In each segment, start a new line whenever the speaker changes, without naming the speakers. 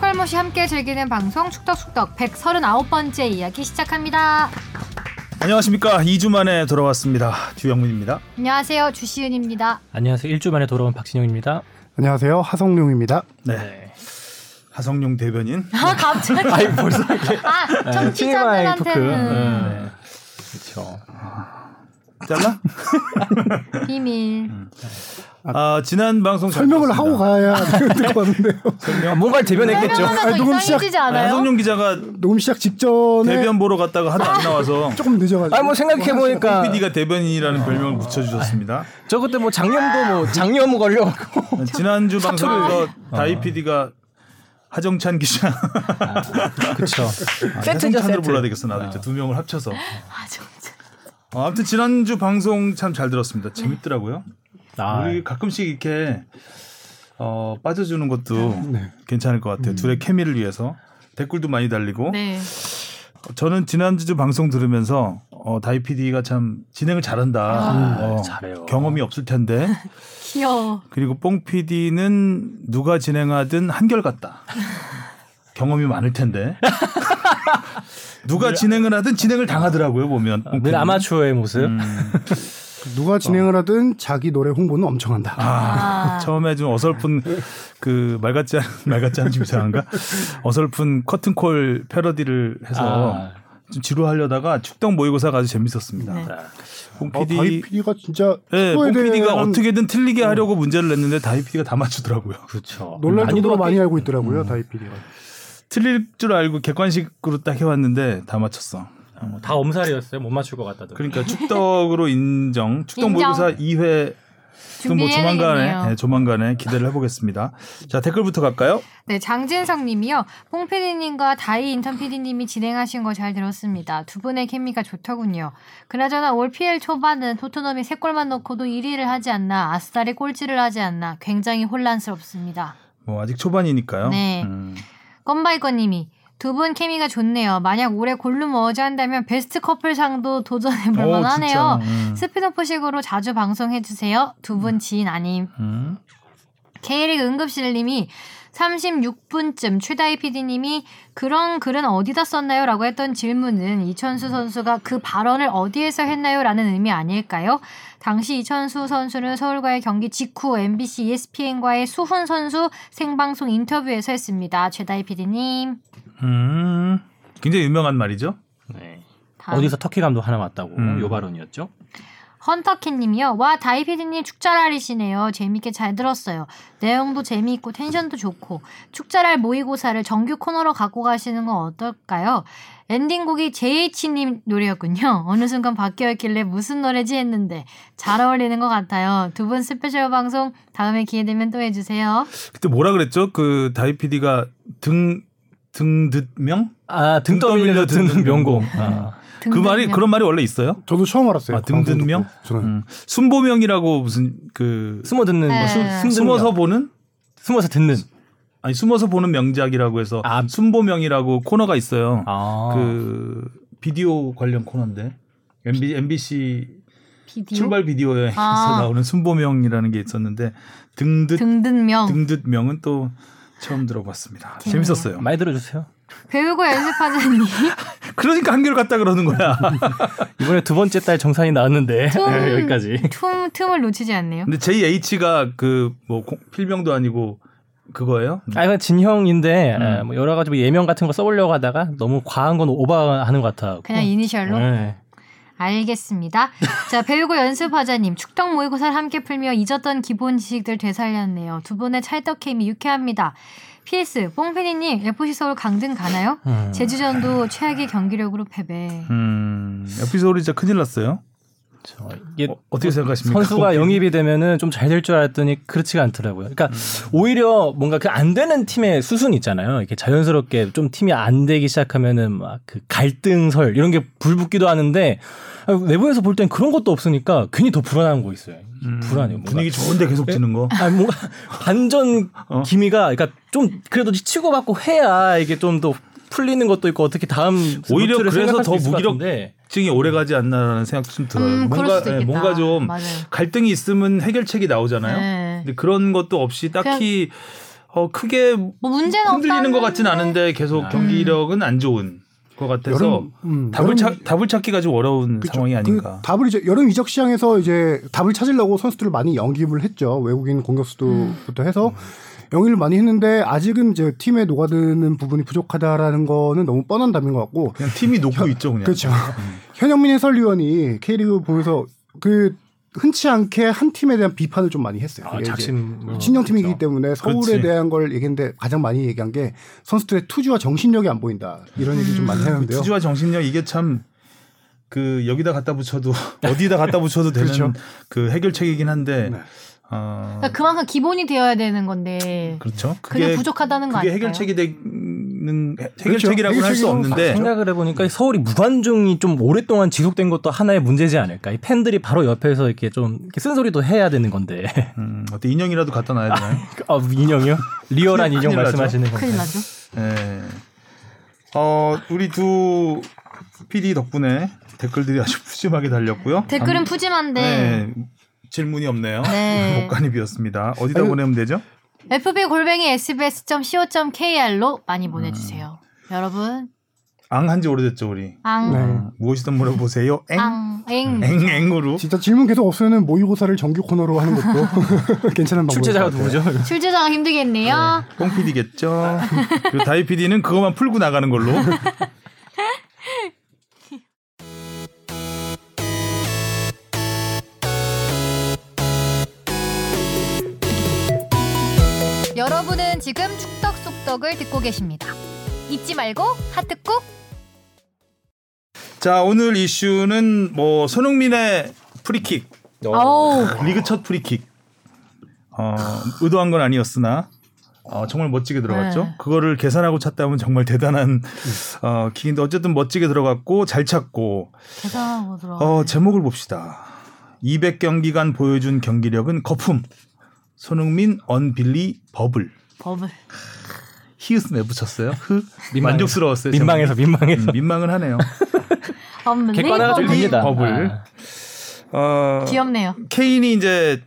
털못이 함께 즐기는 방송 축덕축덕 139번째 이야기 시작합니다.
안녕하십니까. 2주 만에 돌아왔습니다. 주영민입니다.
안녕하세요. 주시은입니다.
안녕하세요. 일주 만에 돌아온 박진영입니다.
안녕하세요. 하성룡입니다.
네. 하성룡 대변인.
아, 갑자기.
아이 벌써
아,
TMI
청취자들한테는
토크. 네. 그렇죠.
잘라?
비밀.
아, 지난 방송 잘
설명을
들었습니다.
하고 가야 될것 같은데요.
아, 뭔가를 대변했겠죠.
설명하면서
아, 녹음 시작-
이상해지지 않아요?
하성룡 기자가
녹음 시작
네.
직전에
대변 보러 갔다가 하도 안 나와서
조금 늦어가지고.
아뭐 생각해 보니까
PD가 대변인이라는 별명을 붙여주셨습니다.
음. 저 그때 뭐 작년도 뭐 작년 걸려갖고 아,
지난주 방송에서 다이 PD가 하정찬 기자 아,
그렇죠. 세트죠
하정찬으로 불러야
세트.
되겠어 나도 이제 두 명을 합쳐서
아, 진짜.
어, 아무튼 지난주 방송 참 잘 들었습니다 재밌더라고요
아,
우리 가끔씩 이렇게 어, 빠져주는 것도
네.
괜찮을 것
음.
같아요. 둘의 케미를 위해서 댓글도 많이 달리고
네.
저는 지난주 방송 들으면서 어, 다이 PD가 참 진행을 잘한다. 어,
네, 잘해요.
경험이 없을 텐데
귀여워.
그리고 뽕 PD는 누가 진행하든 한결 같다. 경험이 많을 텐데 누가 진행을 하든 진행을 당하더라고요 보면. 뽕
늘
PD 는.
아마추어의 그 음, 모습.
누가 진행을 하든 자기 노래 홍보는 엄청 한다.
아.
처음에 좀 어설픈 그 말 같지 않은 말 같지 않은 좀 이상한가 어설픈 커튼콜 패러디를 해서
아.
좀 지루하려다가 축덕 모의고사가 아주 재밌었습니다.
네.
봉
아, 다이
PD,
PD가 진짜
예,
축구에
봉 PD가
대한
어떻게든 틀리게 하려고 문제를 냈는데 다이 PD가 다 맞추더라고요.
그렇죠.
놀랄 정도로
난이도가
많이 알고
음.
있더라고요. 다이 PD가.
틀릴 줄 알고 객관식으로 딱 해왔는데 다 맞췄어.
꽤- 뭐 다 엄살이었어요. 못 맞출 것 같다던.
그러니까 축덕으로 인정. 축덕
인정.
모의고사 2회 또뭐
준비해야 되겠네요.
조만간에 예, 조만간에 기대를 해보겠습니다. 자 댓글부터 갈까요?
네, 장진성 님이요. 뽕 PD님과 다이 인턴 PD님이 진행하신 거 잘 들었습니다. 두 분의 케미가 좋더군요. 그나저나 올 PL 초반은 토트넘이 세 골만 넣고도 1위를 하지 않나, 아스날이 꼴찌를 하지 않나, 굉장히 혼란스럽습니다.
뭐 아직 초반이니까요.
네.
음.
건바이건 님이 두 분 케미가 좋네요. 만약 올해 골룸 어워즈 한다면 베스트 커플상도 도전해볼
오,
만하네요.
어, 진짜. 음.
스피노프식으로 자주 방송해주세요. 두 분 지인 아님.
음.
K리그 응급실님이 36분쯤 최다희 PD님이 그런 글은 어디다 썼나요? 라고 했던 질문은 이천수 선수가 그 발언을 어디에서 했나요? 라는 의미 아닐까요? 당시 이천수 선수는 서울과의 경기 직후 MBC ESPN과의 수훈 선수 생방송 인터뷰에서 했습니다. 최다희 PD님.
음, 굉장히 유명한 말이죠.
네.
다음.
어디서 터키 감독 하나 왔다고
음.
요 발언이었죠.
헌터캣님이요. 와 다이피디님 축자랄이시네요. 재밌게 잘 들었어요. 내용도 재미있고 텐션도 좋고 축자랄 모의고사를 정규 코너로 갖고 가시는 건 어떨까요? 엔딩곡이 JH님 노래였군요. 어느 순간 바뀌었길래 무슨 노래지 했는데 잘 어울리는 것 같아요. 두 분 스페셜 방송 다음에 기회 되면 또 해주세요.
그때 뭐라 그랬죠? 그 다이 PD가 등 등듯명?
아, 등
떠밀려
떠밀려
듣는
드는 명곡.
명곡.
아.
그 말이 그런 말이 원래 있어요?
저도 처음 알았어요.
아, 등등명?
방송 듣고. 저는
음. 순보명이라고 무슨 그
숨어 듣는
네.
뭐 숨- 숨-
숨어서 보는
숨어서 듣는
아니 숨어서 보는 명작이라고 해서
아.
순보명이라고 코너가 있어요.
아.
그 비디오 관련 코너인데 MB, MBC
비디오?
출발 비디오 여행에서
아.
나오는 순보명이라는 게 있었는데 등듯
등등명. 어.
등듯명은 또 처음 들어봤습니다. 재밌었어요.
많이 들어주세요.
배우고 연습하자니
그러니까 한결 같다 그러는 거야.
이번에 두 번째 딸 정산이 나왔는데
음.
여기까지.
틈, 틈을 놓치지 않네요.
근데 JH가 그 뭐 필명도 아니고 그거예요?
아 이건 진형인데
음.
에, 뭐 여러 가지 뭐 예명 같은 거 써보려고 하다가 너무 과한 건 오버하는 것 네. 같아.
어.
그냥
네.
이니셜로. 알겠습니다. 자, 배우고 연습하자님, 축덕 모의고사를 함께 풀며 잊었던 기본 지식들 되살렸네요. 두 분의 찰떡 케미 유쾌합니다. PS, 뽕피디님, FC 서울 강등 가나요? 제주전도 최악의 경기력으로 패배.
음. 에피소드 진짜 큰일 났어요.
이게
어, 어떻게 생각하십니까?
선수가 영입이 되면은 좀 잘 될 줄 알았더니 그렇지가 않더라고요. 그러니까
음.
오히려 뭔가 그 안 되는 팀의 수순 있잖아요. 이렇게 자연스럽게 좀 팀이 안 되기 시작하면은 막 그 갈등설 이런 게 불붙기도 하는데 아, 내부에서 볼 땐 그런 것도 없으니까 괜히 더 불안한 거 있어요. 불안해요. 뭔가.
음, 분위기 좋은데 계속 지는 거.
아 뭔가 반전
어.
기미가 그러니까 좀 그래도 치고받고 해야 이게 좀 더 풀리는 것도 있고 어떻게 다음
오히려
루트를
그래서
생각할
더
수 있을 것
무기력-
같은데.
증이 오래 가지 않나라는 생각도 좀 들어요.
음, 그럴
뭔가
수도
예,
있겠다.
뭔가 좀
맞아요.
갈등이 있으면 해결책이 나오잖아요.
네.
근데 그런 것도 없이 딱히 어, 크게
뭐 문제는
흔들리는 것 같진
없다는데. 음.
않은데 계속 경기력은 안 좋은 것 같아서
여름, 음,
답을
여름-
찾 답을 찾기가 좀 어려운
그쵸.
상황이 아닌가.
그 답을 이제 여름 이적 시장에서 이제 답을 찾으려고 선수들을 많이 영입을 했죠. 외국인 공격수도부터
음.
해서 영입을 많이 했는데 아직은 이제 팀에 녹아드는 부분이 부족하다라는 거는 너무 뻔한 답인 것 같고
그냥 팀이 놓고 있죠 그냥. 음.
그렇죠. 현영민 해설위원이 K리그 보면서 그 흔치 않게 한 팀에 대한 비판을 좀 많이 했어요.
아,
이게 이제
작심
뭐.
어,
친정팀이기 때문에 서울에
그렇죠. 그렇지.
대한 걸 얘기했는데 가장 많이 얘기한 게 선수들의 투지와 정신력이 안 보인다. 이런 얘기 좀 많이 하는데요.
음. 투지와 정신력 이게 참 그 여기다 갖다 붙여도 어디다 갖다 붙여도 되는 그
그렇죠.
해결책이긴 한데
네.
어,
그러니까 그만큼 기본이 되어야 되는 건데
그렇죠.
그게
그게
부족하다는 거
그게
아닐까요?
해결책이 되는 해결책이라고는 할 수
해결책이라고
없는데
네. 생각을 해보니까 이 서울이 무관중이 좀 오랫동안 지속된 것도 하나의 문제지 않을까. 이 팬들이 바로 옆에서 이렇게 좀 이렇게 쓴소리도 해야 되는 건데.
음, 어때 인형이라도 갖다 놔야 되나요?
아, 인형이요? 리얼한
큰일
인형
나죠.
말씀하시는 건데.
큰일 나죠.
예. 어, 우리 두 PD 덕분에 댓글들이 아주 푸짐하게 달렸고요.
댓글은
감-
푸짐한데
네. 뭐 질문이 없네요.
네.
목간이 비었습니다. 어디다
아니,
보내면 되죠?
fb 골뱅이 sbs.co.kr로 많이 보내주세요. 여러분
앙 한 지 오래됐죠, 우리.
네.
앙앙
어, 무엇이든 물어보세요. 엥.
엥.
엥, 엥으로.
진짜 질문 계속 없으면 모의고사를 정규 코너로 하는 것도 괜찮은 방법.
출제자가
뭐,
누구죠?
출제자가 힘들겠네요.
뽕 PD겠죠. 그리고 다이 PD는 그것만 풀고 나가는 걸로.
여러분은 지금 축덕 속덕을 듣고 계십니다. 잊지 말고 하트 꾹.
자, 오늘 이슈는 뭐 손흥민의 프리킥.
아우
리그 첫 프리킥. 어, 의도한 건 아니었으나 어, 정말 멋지게 들어갔죠.
네.
그거를 계산하고 찼다면 정말 대단한 어, 킥인데 어쨌든 멋지게 들어갔고 잘 찼고
대단하고 들어. 예.
어, 제목을 봅시다. 200경기간 보여준 경기력은 거품. 손흥민 언빌리 버블.
버블.
히읗은 왜 붙였어요? 흐?
민망해서.
만족스러웠어요. 제목이.
민망해서 민망해서.
음, 민망은 하네요.
엄,
객관화가
네이버블.
좀 됩니다.
버블.
아,
어,
귀엽네요.
케인이 이제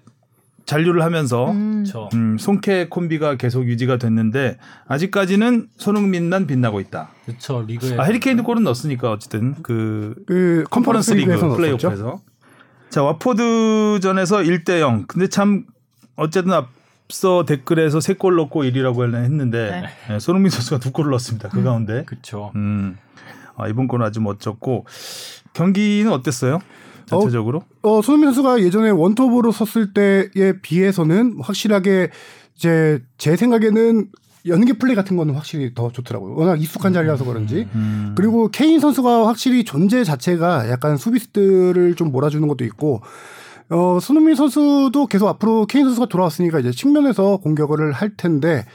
잔류를 하면서
음.
저.
음, 손케 콤비가 계속 유지가 됐는데 아직까지는 손흥민만 빛나고 있다.
그쵸, 리그에.
아, 해리케인도 골은 넣었으니까 어쨌든 그
그
컨퍼런스
컨퍼런스
리그
리그에서 넣었죠.
플레이오프에서 자 와포드전에서 1대 0. 근데 참 어쨌든 앞서 댓글에서 3골 넣고 1위라고 했는데 예, 손흥민 선수가 2골 넣었습니다. 그 가운데
그쵸.
음. 아, 이번 골은 아주 멋졌고 경기는 어땠어요? 전체적으로
어, 손흥민 선수가 예전에 원톱으로 섰을 때에 비해서는 확실하게 이제 제 생각에는 연계 플레이 같은 거는 확실히 더 좋더라고요. 워낙 익숙한 자리라서 그런지.
음.
그리고 케인 선수가 확실히 존재 자체가 약간 수비수들을 좀 몰아주는 것도 있고 어, 손흥민 선수도 계속 앞으로 케인 선수가 돌아왔으니까 이제 측면에서 공격을 할 텐데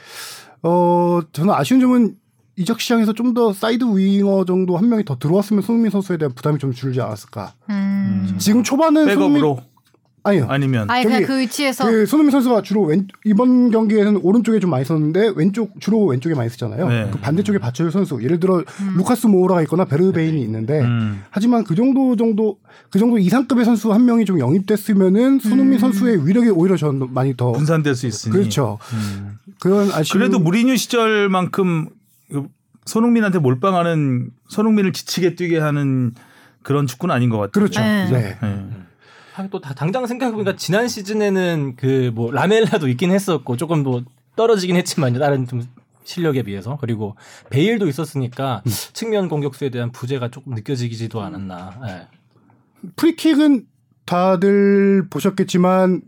어, 저는 아쉬운 점은 이적 시장에서 좀 더 사이드 윙어 정도 한 명이 더 들어왔으면 손흥민 선수에 대한 부담이 좀 줄지 않았을까.
음.
지금 초반은 네, 손흥민
백업으로
아니요.
아니면
아니
저기-
그냥 그 위치에서
그 손흥민 선수가 주로 왼 이번 경기에는 오른쪽에 좀 많이 썼는데 왼쪽 주로 왼쪽에 많이 쓰잖아요.
네.
그 반대쪽에 받쳐줄 선수 예를 들어
음.
루카스 모우라가 있거나 베르베인이 있는데
음.
하지만 그 정도 정도 그 정도 이상급의 선수 한 명이 좀 영입됐으면은 손흥민
음.
선수의 위력이 오히려 저는 많이 더
분산될 수 있으니
그렇죠.
음.
그런 아쉬움
그래도 뭐 무리뉴 시절만큼 그 손흥민한테 몰빵하는 손흥민을 지치게 뛰게 하는 그런 축구는 아닌 것 같아요.
그렇죠.
네.
네.
예.
아, 또 다- 당장 생각해보니까 지난 시즌에는 그 뭐 라멜라도 있긴 했었고 조금 뭐 떨어지긴 했지만 다른 좀 실력에 비해서 그리고 베일도 있었으니까 측면 공격수에 대한 부재가 조금 느껴지기지도 않았나. 예.
프리킥은 다들 보셨겠지만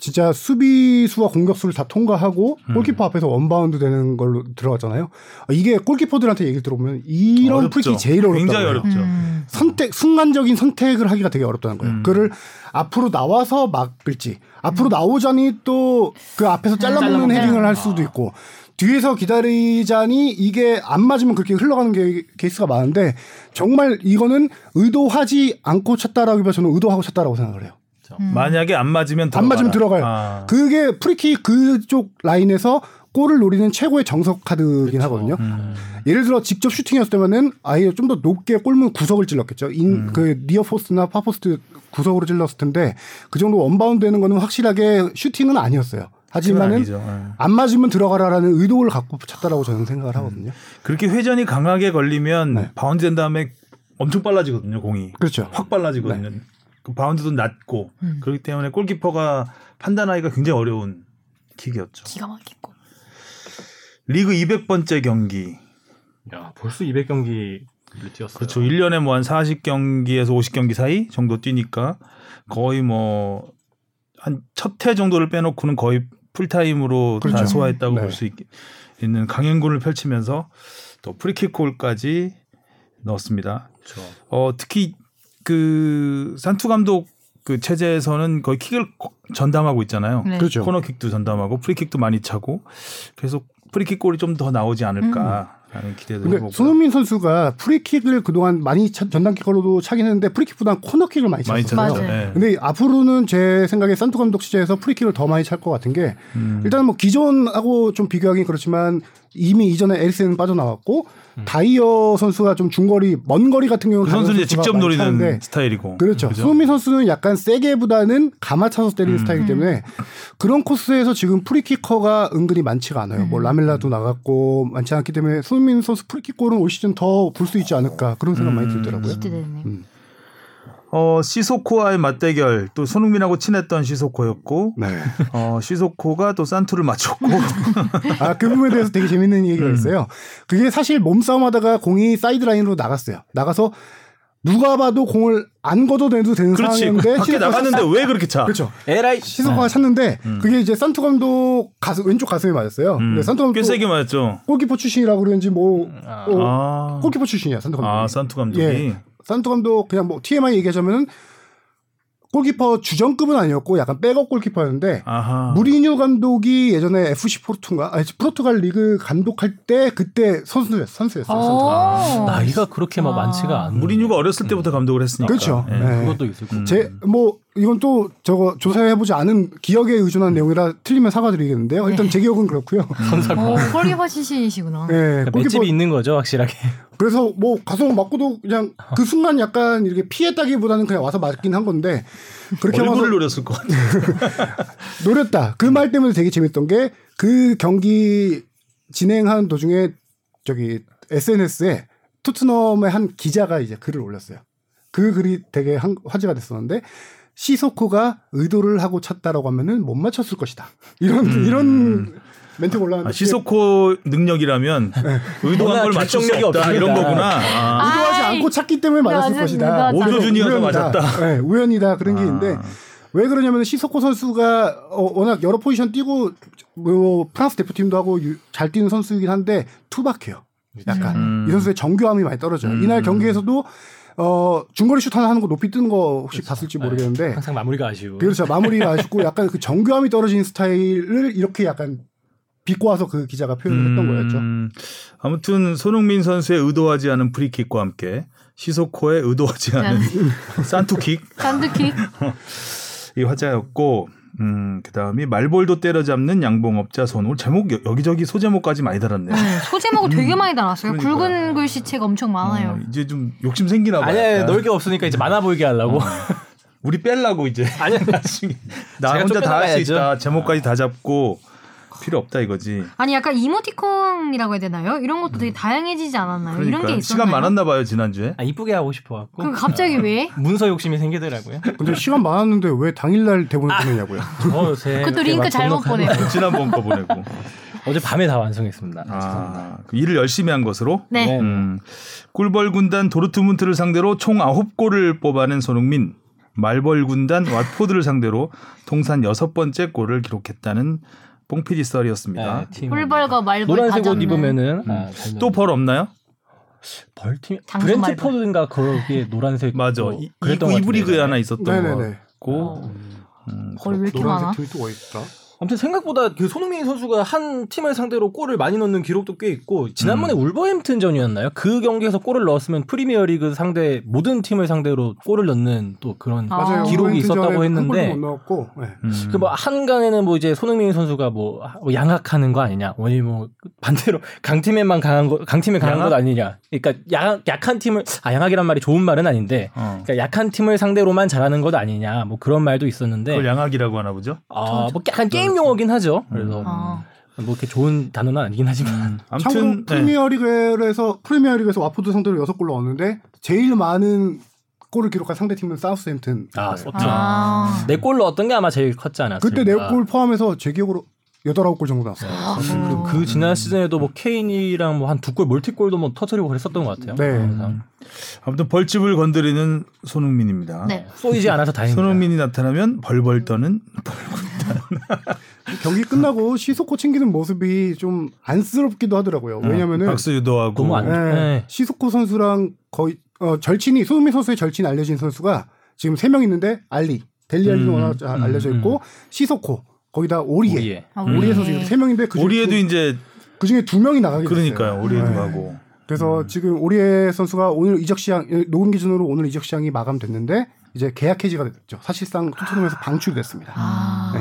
진짜 수비수와 공격수를 다 통과하고
음.
골키퍼 앞에서 원바운드 되는 걸로 들어갔잖아요. 이게 골키퍼들한테 얘기를 들어보면 이런
어렵죠.
프리킥이 제일 어렵다고
굉장히
해요.
어렵죠.
음.
선택 순간적인 선택을 하기가 되게 어렵다는 거예요.
음.
그를 앞으로 나와서 막을지 앞으로 나오자니 또 그 앞에서 잘라먹는
잘라먹는
헤딩을 할 수도 있고 뒤에서 기다리자니 이게 안 맞으면 그렇게 흘러가는 게, 케이스가 많은데 정말 이거는 의도하지 않고 쳤다라기보다 저는 의도하고 쳤다라고 생각을 해요.
만약에 안 맞으면
음. 안 맞으면 들어가요.
아.
그게 프리킥 그쪽 라인에서 골을 노리는 최고의 정석 카드긴 하거든요.
음.
예를 들어 직접 슈팅이었을 때면은 아예 좀 더 높게 골문 구석을 찔렀겠죠. 인,
음.
그 니어 포스트나 파 포스트 구석으로 찔렀을 텐데 그 정도 원바운드 되는 거는 확실하게 슈팅은 아니었어요.
그건
하지만은
아니죠. 예.
안 맞으면 들어가라라는 의도를 갖고 쳤다라고 저는
음.
생각을 하거든요.
그렇게 회전이 강하게 걸리면
네.
바운드 된 다음에 엄청 빨라지거든요 공이
그렇죠.
확 빨라지거든요. 그 바운드도 낮고
음.
그렇기 때문에 골키퍼가 판단하기가 굉장히 어려운 킥이었죠.
기가 막히고.
리그 200번째 경기
야, 벌써 200경기를 뛰었어요.
그렇죠. 1년에 뭐 한 40경기에서 50경기 사이 정도 뛰니까 거의 뭐, 한 첫 해 정도를 빼놓고는 거의 풀타임으로 다
그렇죠.
소화했다고
네.
볼 수 있는 강행군을 펼치면서 또 프리킥 골까지 넣었습니다.
그렇죠.
어, 특히 그 산투 감독 그 체제에서는 거의 킥을 거- 전담하고 있잖아요.
네.
그렇죠.
코너킥도 전담하고 프리킥도 많이 차고 그래서 프리킥 골이 좀 더 나오지 않을까라는 기대도
음. 근데
해보고요.
손흥민 선수가 프리킥을 그동안 많이 차- 전단킥으로도 차긴 했는데 프리킥보다 코너킥을 많이
많이
찼어요.
찼죠.
맞아요.
예.
근데 앞으로는 제 생각에 산토 감독 시절에서 프리킥을 더 많이 찰 것 같은 게
음.
일단 뭐 기존하고 좀 비교하긴 그렇지만 이미 이전에 에릭센은 빠져나왔고 다이어 선수가 좀 중거리 먼 거리 같은
음.
경우는
그 선수는
다이어
이제
선수가
직접
많이
노리는
차는데
스타일이고.
그렇죠.
그죠?
손흥민 선수는 약간 세게보다는 감아차서 때리는
음.
스타일이기 때문에 그런 코스에서 지금 프리키커가 은근히 많지가 않아요.
음.
뭐 라멜라도 나갔고 많지 않기 때문에 손흥민 선수 프리킥골은 올 시즌 더 볼 수 있지 않을까 그런 생각 많이 들더라고요.
음.
기대되네요.
어, 시소코와의 맞대결 또 손흥민하고 친했던 시소코였고
네.
어, 시소코가 또 산투를 맞췄고
아, 그 부분에 대해서 되게 재밌는
음.
얘기가 있어요. 그게 사실 몸싸움 하다가 공이 사이드라인으로 나갔어요. 나가서 누가 봐도 공을 안 걷어내도 되는
그렇지
상황인데
밖에
시소코가
나갔는데 네. 왜 그렇게 차?
그렇죠.
에라이
시소코가 찼는데 그게 이제 산토 감독 가슴 왼쪽 가슴에 맞았어요.
음,
근데 네, 산토 감독
꽤 세게 맞았죠.
골키퍼 출신이라고 그런지 뭐 어,
아,
골키퍼 출신이야 산토 감독.
아 산투 감독이
예. 산토 감독 그냥 뭐 TMI 얘기하자면은 골키퍼 주전급은 아니었고 약간 백업 골키퍼였는데
아하
무리뉴 감독이 예전에 FC 포르투인가 아니 포르투갈 리그 감독할 때 그때 선수
아.
선수였어요. 산토.
오.
나이가 그렇게 막
아.
많지가 않.
무리뉴가 어렸을 때부터 감독을 했으니까.
그렇죠.
예.
네.
그것도 있을 거고.
제 뭐 이건 또 저거 조사해 보지 않은 기억에 의존한 내용이라 틀리면 사과드리겠는데요.
네.
일단 제 기억은 그렇고요.
선살.
오, 골키퍼 어, 출신이시구나.
네,
음. 그러니까
골키퍼
맷집이 있는 거죠 확실하게.
그래서 뭐 가서 맞고도 그냥 그 순간 약간 이렇게 피했다기보다는 그냥 와서 맞긴 한 건데 그렇게 와서
얼굴을 노렸을 것 같아요.
노렸다.
음.
그 말 때문에 되게 재밌던 게 그 경기 진행하는 도중에 저기 SNS에 토트넘의 한 기자가 이제 글을 올렸어요. 그 글이 되게 한- 화제가 됐었는데 시소코가 의도를 하고 찼다라고 하면은 못 맞췄을 것이다. 이런 이런 멘트가
음.
올라왔는데
아, 시소코 능력이라면
네.
의도한
워낙
걸 맞출 수
결정력이
없다 이런
없으니까.
거구나. 아,
의도하지
아이,
않고 찼기 때문에 맞았을
맞은-
것이다.
맞아.
오조준이어서
우연이다.
맞았다.
네, 우연이다 그런 게
아.
있는데 왜 그러냐면 시소코 선수가 어, 워낙 여러 포지션 뛰고 뭐 프랑스 대표팀도 하고 유- 잘 뛰는 선수이긴 한데 투박해요. 약간
음.
이 선수의 정교함이 많이 떨어져요.
음.
이날 경기에서도 어, 중거리 슛 하나 하는 거 높이 뜨는 거 혹시
그렇죠. 네.
봤을지 모르겠는데
항상 마무리가 아쉬워.
그렇죠 마무리가 아쉽고 약간 그 정교함이 떨어진 스타일을 이렇게 약간 비꼬아서 그 기자가 표현을 했던 거였죠.
음, 아무튼 손흥민 선수의 의도하지 않은 프리킥과 함께 시소코의 의도하지 않은 산투킥
단두킥.
이 화제였고 음, 그다음에 말벌도 때려잡는 양봉업자 손호 제목 여- 여기저기 소제목까지 많이 달았네요.
네, 소제목을 되게 많이 달았어요.
그러니까요.
굵은 글씨체가 엄청 많아요.
어, 이제 좀 욕심 생기나 봐요.
아니야
약간.
넓게 없으니까 이제 많아 보이게 하려고.
우리 뺄라고 이제
아니야.
나중에 나
제가
혼자
좀
다 할 수
빼나가야죠.
있다. 제목까지 다 잡고 필요 없다 이거지.
아니 약간 이모티콘이라고 해야 되나요? 이런 것도 되게 다양해지지 않았나요? 이런 게
그러니까
아, 있었나요?
시간 많았나 봐요 지난주에.
아 이쁘게 하고 싶어 갖고
그 갑자기 왜?
문서 욕심이 생기더라고요.
근데 시간 많았는데 왜 당일날 대본을 보내냐고요.
어, 제
그것도 링크 잘못 보내고.
지난번 거 보내고.
어제 밤에 다 완성했습니다. 죄송합니다.
아, 그 일을 열심히 한 것으로.
네.
네.
음, 꿀벌 군단 도르트문트를 상대로 총 9골을 뽑아낸 손흥민. 말벌 군단 왓포드를 상대로 통산 여섯 번째 골을 기록했다는 뽕피디 썰이었습니다.
네, 팀.
꿀벌과 말벌
노란색 옷
가졌네.
입으면은 아, 잘
또 벌 없나요?
벌팀
장수
브랜트포드인가 거기에 노란색
맞아.
뭐
이, 이,
그랬던 것
이브 리그에
같은데. 어.
하나 있었던
네네네.
뭐
거고. 음.
거의 왜 이렇게 많아?
노란색 트윗도 와 있더라.
아무튼 생각보다 그 손흥민 선수가 한 팀을 상대로 골을 많이 넣는 기록도 꽤 있고 지난번에
음.
울버햄튼전이었나요? 그 경기에서 골을 넣었으면 프리미어리그 상대 모든 팀을 상대로 골을 넣는 또 그런
아.
맞아요.
기록이 있었다고
오랜
했는데
한 골도 못 넣었고 네.
음.
그 뭐 한강에는 뭐 이제 손흥민 선수가 뭐 양악하는 거 아니냐, 아니 뭐 반대로 강팀에만 강한 거, 강팀에 강한
양악?
것 아니냐. 그러니까 약, 약한 팀을 아 양악이란 말이 좋은 말은 아닌데,
어.
그러니까 약한 팀을 상대로만 잘하는 것 아니냐, 뭐 그런 말도 있었는데,
그걸 양악이라고 하나 보죠?
아뭐 약간 게임 게임 용어긴 하죠. 그래서
어.
뭐 이렇게 좋은 단어는 아니긴 하지만
아무튼 네.
참고로 프리미어리그에서 프리미어리그에서 와포드 상대로 6골 넣었는데 제일 많은 골을 기록한 상대 팀은 사우스햄튼. 네.
아, 소-
아.
네 골로 어떤 게 아마 제일 컸지 않았을까.
그때 네 골 포함해서 제 기억으로 8, 9골 정도 나왔어요.
아.
그리고 그 지난 시즌에도 뭐 케인이랑 뭐 한 두 골 멀티골도 뭐 터트리고 그랬었던 것 같아요.
네.
항상.
아무튼 벌집을 건드리는 손흥민입니다.
네.
쏘이지 않아서 다행입니다.
손흥민이 나타나면 벌벌 떠는 어,
경기 끝나고 시소코 챙기는 모습이 좀 안쓰럽기도 하더라고요. 왜냐면은
네, 박수 유도하고
너무 안
예,
네.
시소코 선수랑 거의 어, 절친이 손흥민 선수의 절친 알려진 선수가 지금 세 명 있는데 알리, 델리 알리는 워낙 잘 알려져 있고 시소코 거기다 오리에 오리에,
우리의.
아,
선수 이렇게 세 명인데 그 중에
우리에도
두-
이제
그 중에 두 명이 나가게
그러니까요.
됐어요.
우리에도
네.
가고
그래서 지금 오리에 선수가 오늘 이적 시장 예, 녹음 기준으로 오늘 이적 시장이 마감됐는데 이제 계약 해지가 됐죠. 사실상 토트넘에서 방출됐습니다.
아.
네.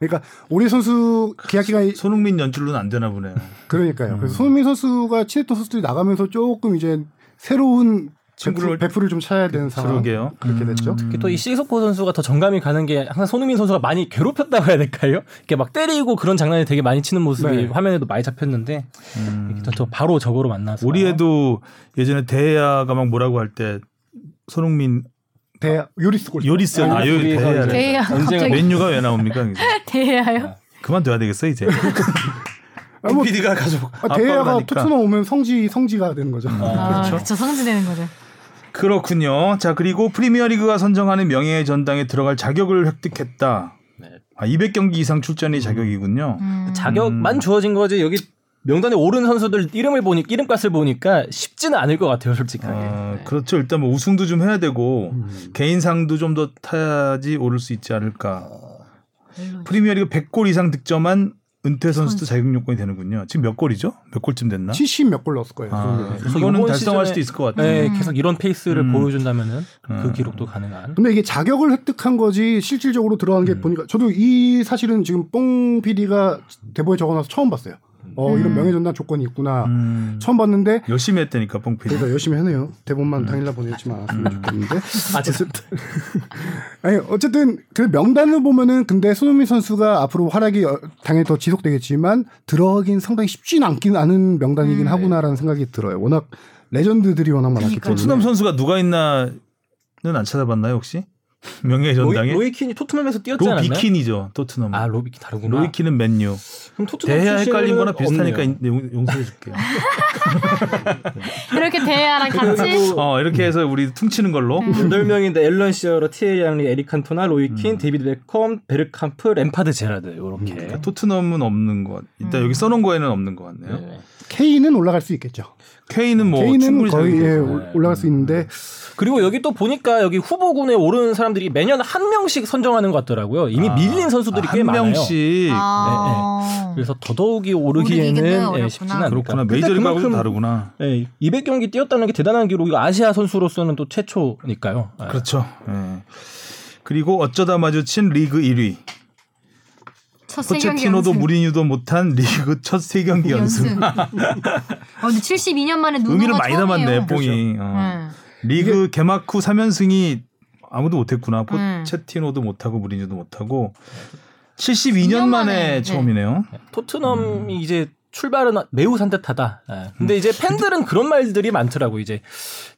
그러니까 오리에 선수 계약 기간이
손흥민 연출로는 안 되나 보네요.
그러니까요. 그래서 손흥민 선수가 친했던 선수들이 나가면서 조금 이제 새로운
친구를-
배풀, 배풀을 좀 찾아야 되는 상황
그러게요. 음.
그렇게 음. 됐죠.
특히 또이 시소코 선수가 더 정감이 가는 게 항상 손흥민 선수가 많이 괴롭혔다고 해야 될까요? 이렇게 막 때리고 그런 장난을 되게 많이 치는 모습이
네.
화면에도 많이 잡혔는데 이렇게 또- 또 바로 저거로 만나서
음. 우리에도 예전에 대야가 막 뭐라고 할 때 손흥민
대 요리스 골.
요리스
아,
아, 요
요리스
대야를
대야 갑자기
맨유가 왜 나옵니까? 여기서?
대야요?
그만둬야 되겠어 이제.
아, 뭐,
PD가 가족
아, 대야가 토트넘 오면 성지 성지가 되는 거죠.
아, 그렇죠. 성지되는 거죠.
그렇군요. 자 그리고 프리미어리그가 선정하는 명예의 전당에 들어갈 자격을 획득했다. 아, 200경기 이상 출전이
음.
자격이군요. 음.
자격만 주어진 거지 여기 명단에 오른 선수들 이름을 보니 이름값을 보니까 쉽지는 않을 것 같아요, 솔직하게. 네.
아, 그렇죠. 일단 뭐 우승도 좀 해야 되고
음.
개인상도 좀 더 타야지 오를 수 있지 않을까.
아.
프리미어리그 100골 이상 득점한 은퇴 선수도 자격 요건이 되는군요. 지금 몇 골이죠? 몇 골쯤 됐나?
70 몇 골 넣었을 거예요.
아,
그래서
이거는
이번
달성할
시즌에-
수도 있을 것 같아요.
네, 계속 이런 페이스를
음.
보여준다면은
아.
그 기록도 가능한.
근데 이게 자격을 획득한 거지 실질적으로 들어간 게 보니까 저도 이 사실은 지금 뽕 PD가 대본에 적어놔서 처음 봤어요. 어 이런 명예전당 조건이 있구나
음.
처음 봤는데
열심히 했다니까 뽕필.
그러니까
그래서 열심히 하네요. 대본만 당일날 보내지 않았으면 좋겠는데.
음.
아, 죄송합니다.
아니 어쨌든 그 명단을 보면은 근데 손흥민 선수가 앞으로 활약이 어- 당연히 더 지속되겠지만 들어가긴 상당히 쉽진 않긴 않은 명단이긴 하구나라는 생각이 들어요. 워낙 레전드들이 워낙 많았기
그러니까요.
때문에.
토트넘 선수가 누가 있나는 안 찾아봤나요 혹시? 명예의 전당에?
로이, 로이킨이 토트넘에서 뛰었지
로
않았나요?
비킨이죠 토트넘.
아, 로비킨 다르구나.
로이키는 맨유.
그럼 토트넘
대야 헷갈린
출신은
거나 비슷하니까
없네요.
인- 용- 용서해줄게요.
이렇게 대야랑 같이
어 이렇게
음.
해서 우리 퉁치는 걸로.
여덟 명인데 앨런 시어러, 티에이 앙리, 에릭 칸토나, 로이킨, 데이비드 베컴, 베르캄프, 램파드, 제라드 이렇게.
음. 그러니까 토트넘은 없는 것. 일단
음.
여기 써놓은 거에는 없는 것 같네요.
네.
K는 올라갈 수 있겠죠.
케이는 뭐
K는
충분히
거의 예,
자격이 있어요.
올- 올라갈 수 있는데
그리고 여기 또 보니까 여기 후보군에 오르는 사람들이 매년 한 명씩 선정하는 것 같더라고요. 이미 밀린 선수들이
아,
꽤
한
많아요.
명씩.
아.
그래서 더더욱이
오르기는
오르기에는 예,
어렵구나.
쉽지는 않다.
그렇구나. 메이저리그하고 좀 다르구나.
예, 200경기 뛰었다는 게 대단한 기록이고 아시아 선수로서는 또 최초니까요. 예.
그렇죠. 예. 그리고 어쩌다 마주친 리그 1위.
첫 세경기
포체티노도
연승.
무리뉴도 못한 리그 첫 세 경기 연승.
어, 근데 72년 만에 누누가
의미를 많이
처음이에요.
담았네,
그렇죠.
뽕이. 어.
네.
리그 개막 후 3연승이 아무도 못했구나.
음.
포체티노도 못하고 무리뉴도 못하고
만에,
72년 만에
음. 네.
처음이네요.
토트넘이 이제 출발은 매우 산뜻하다. 예. 근데 이제 팬들은 그런 말들이 많더라고. 이제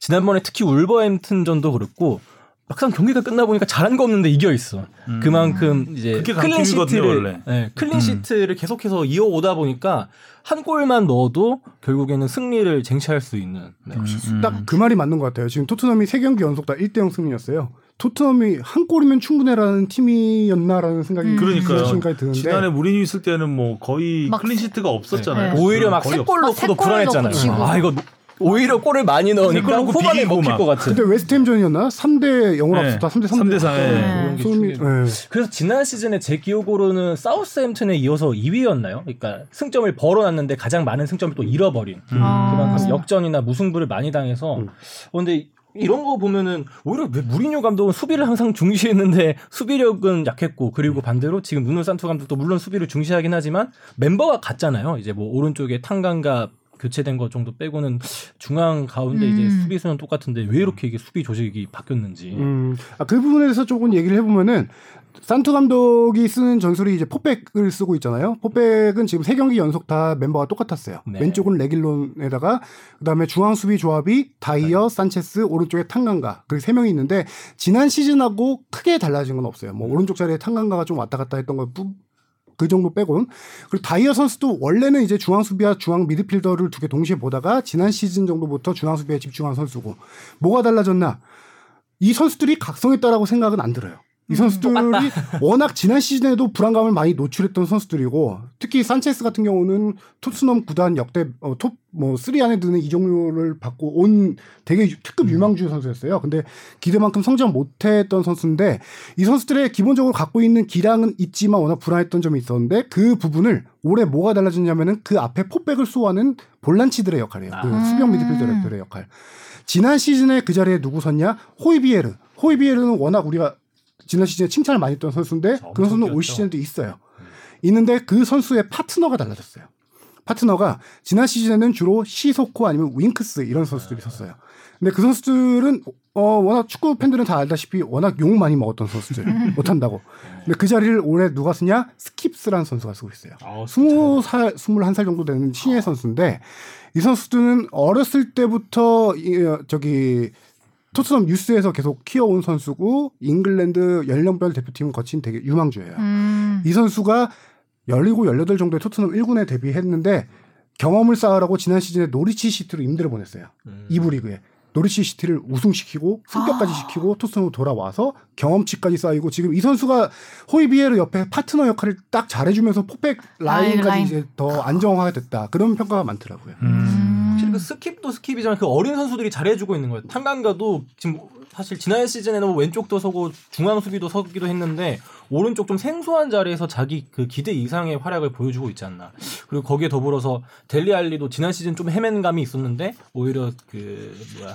지난번에 특히 울버햄튼전도 그렇고 막상 경기가 끝나 보니까 잘한 거 없는데 이겨 있어. 그만큼 이제
음. 그게
클린
강팀이거든요,
시트를
원래. 음.
예, 클린 시트를 계속해서 이어오다 보니까 한 골만 넣어도 결국에는 승리를 쟁취할 수 있는. 네.
음.
딱
그러니까
그 말이 맞는 것 같아요. 지금 토트넘이 세 경기 연속 다 1대0 승리였어요. 토트넘이 한 골이면 충분해라는 팀이었나라는
음.
음.
생각이
그러니까요.
지금까지 음. 드는데
지난해 무리뉴 있을 때는 뭐 거의
막
클린 시트가 없었잖아요.
네.
오히려 막
거의
세 골
없- 막세
넣고도
골을
불안했잖아요.
넣고 지고.
아 이거 오히려 골을 많이
세골
넣으니까
넣고
후반에
비기고
먹힐
막.
것 같은.
그때 웨스트햄전이었나? 3대 0으로
네.
앞섰다. 3대 어, 3.
3대 4. 예.
네.
손흥민, 예.
그래서 지난 시즌에 제 기억으로는 사우스햄튼에 이어서 2위였나요? 그러니까 승점을 벌어놨는데 가장 많은 승점을 또 잃어버린
아. 음.
그만큼 역전이나 무승부를 많이 당해서 어, 근데 이런 거 보면은 오히려 왜 무리뉴 감독은 수비를 항상 중시했는데 수비력은 약했고
음.
그리고 반대로 지금 누누 산투 감독도 물론 수비를 중시하긴 하지만 멤버가 같잖아요. 이제 뭐 오른쪽에 탄강과 교체된 것 정도 빼고는 중앙 가운데 이제
음.
수비수는 똑같은데 왜 이렇게 이게 수비 조직이 바뀌었는지.
음, 아, 그 부분에 대해서 조금 얘기를 해보면은 산투 감독이 쓰는 전술이 이제 포백을 쓰고 있잖아요. 포백은 지금 세 경기 연속 다 멤버가 똑같았어요.
네.
왼쪽은 레길론에다가 그다음에 중앙 수비 조합이 다이어,
네.
산체스, 오른쪽에 탄강가 그리고 세 명이 있는데 지난 시즌하고 크게 달라진 건 없어요.
음.
뭐 오른쪽 자리에 탄강가가 좀 왔다 갔다 했던 것 뿐- 그 정도 빼곤 그리고 다이어 선수도 원래는 이제 중앙 수비와 중앙 미드필더를 두 개 동시에 보다가 지난 시즌 정도부터 중앙 수비에 집중한 선수고 뭐가 달라졌나 이 선수들이 각성했다라고 생각은 안 들어요. 이 선수들이 워낙 지난 시즌에도 불안감을 많이 노출했던 선수들이고 특히 산체스 같은 경우는 토트넘 구단 역대 어, 톱뭐3 안에 드는 이 종류를 받고 온 되게 유- 특급 유망주 선수였어요. 근데 기대만큼 성장 못했던 선수인데 이 선수들의 기본적으로 갖고 있는 기량은 있지만 워낙 불안했던 점이 있었는데 그 부분을 올해 뭐가 달라졌냐면은 그 앞에 포백을 수호하는 볼란치들의 역할이에요. 그
아.
수비형 미드필더들의 역할. 지난 시즌에 그 자리에 누구 섰냐? 호이비에르. 호이비에르는 워낙 우리가 지난 시즌에 칭찬을 많이 했던 선수인데 그
엄청
선수는 올
뛰었죠.
시즌에도 있어요. 있는데 그 선수의 파트너가 달라졌어요. 파트너가 지난 시즌에는 주로 시소코 아니면 윙크스 이런
네.
선수들이 섰어요. 근데 그 선수들은 어 워낙 축구 팬들은 다 알다시피 워낙 욕 많이 먹었던 선수들 못한다고. 근데 그 자리를 올해 누가 쓰냐? 스킵스라는 선수가 쓰고 있어요.
아,
스무 살, 스물한 살 정도 되는 신예 선수인데 이 선수들은 어렸을 때부터 이, 어, 저기 토트넘 뉴스에서 계속 키워온 선수고 잉글랜드 연령별 대표팀을 거친 되게 유망주예요.
음.
이 선수가 17, 18 정도의 토트넘 1군에 데뷔했는데 경험을 쌓으라고 지난 시즌에 노리치 시티로 임대를 보냈어요.
음.
이부 리그에. 노리치 시티를 우승시키고 승격까지 시키고 토트넘으로 돌아와서 경험치까지 쌓이고 지금 이 선수가 호이비에르 옆에 파트너 역할을 딱 잘해주면서 포백 라인까지 음.
라인.
이제 더 안정화가 됐다. 그런 평가가 많더라고요.
음.
사실 그 스킵도 스킵이지만 그 어린 선수들이 잘해주고 있는 거예요. 탄강가도 지금 사실 지난 시즌에는 뭐 왼쪽도 서고 중앙 수비도 서기도 했는데 오른쪽 좀 생소한 자리에서 자기 그 기대 이상의 활약을 보여주고 있지 않나. 그리고 거기에 더불어서 델리 알리도 지난 시즌 좀 헤맨 감이 있었는데 오히려 그 뭐야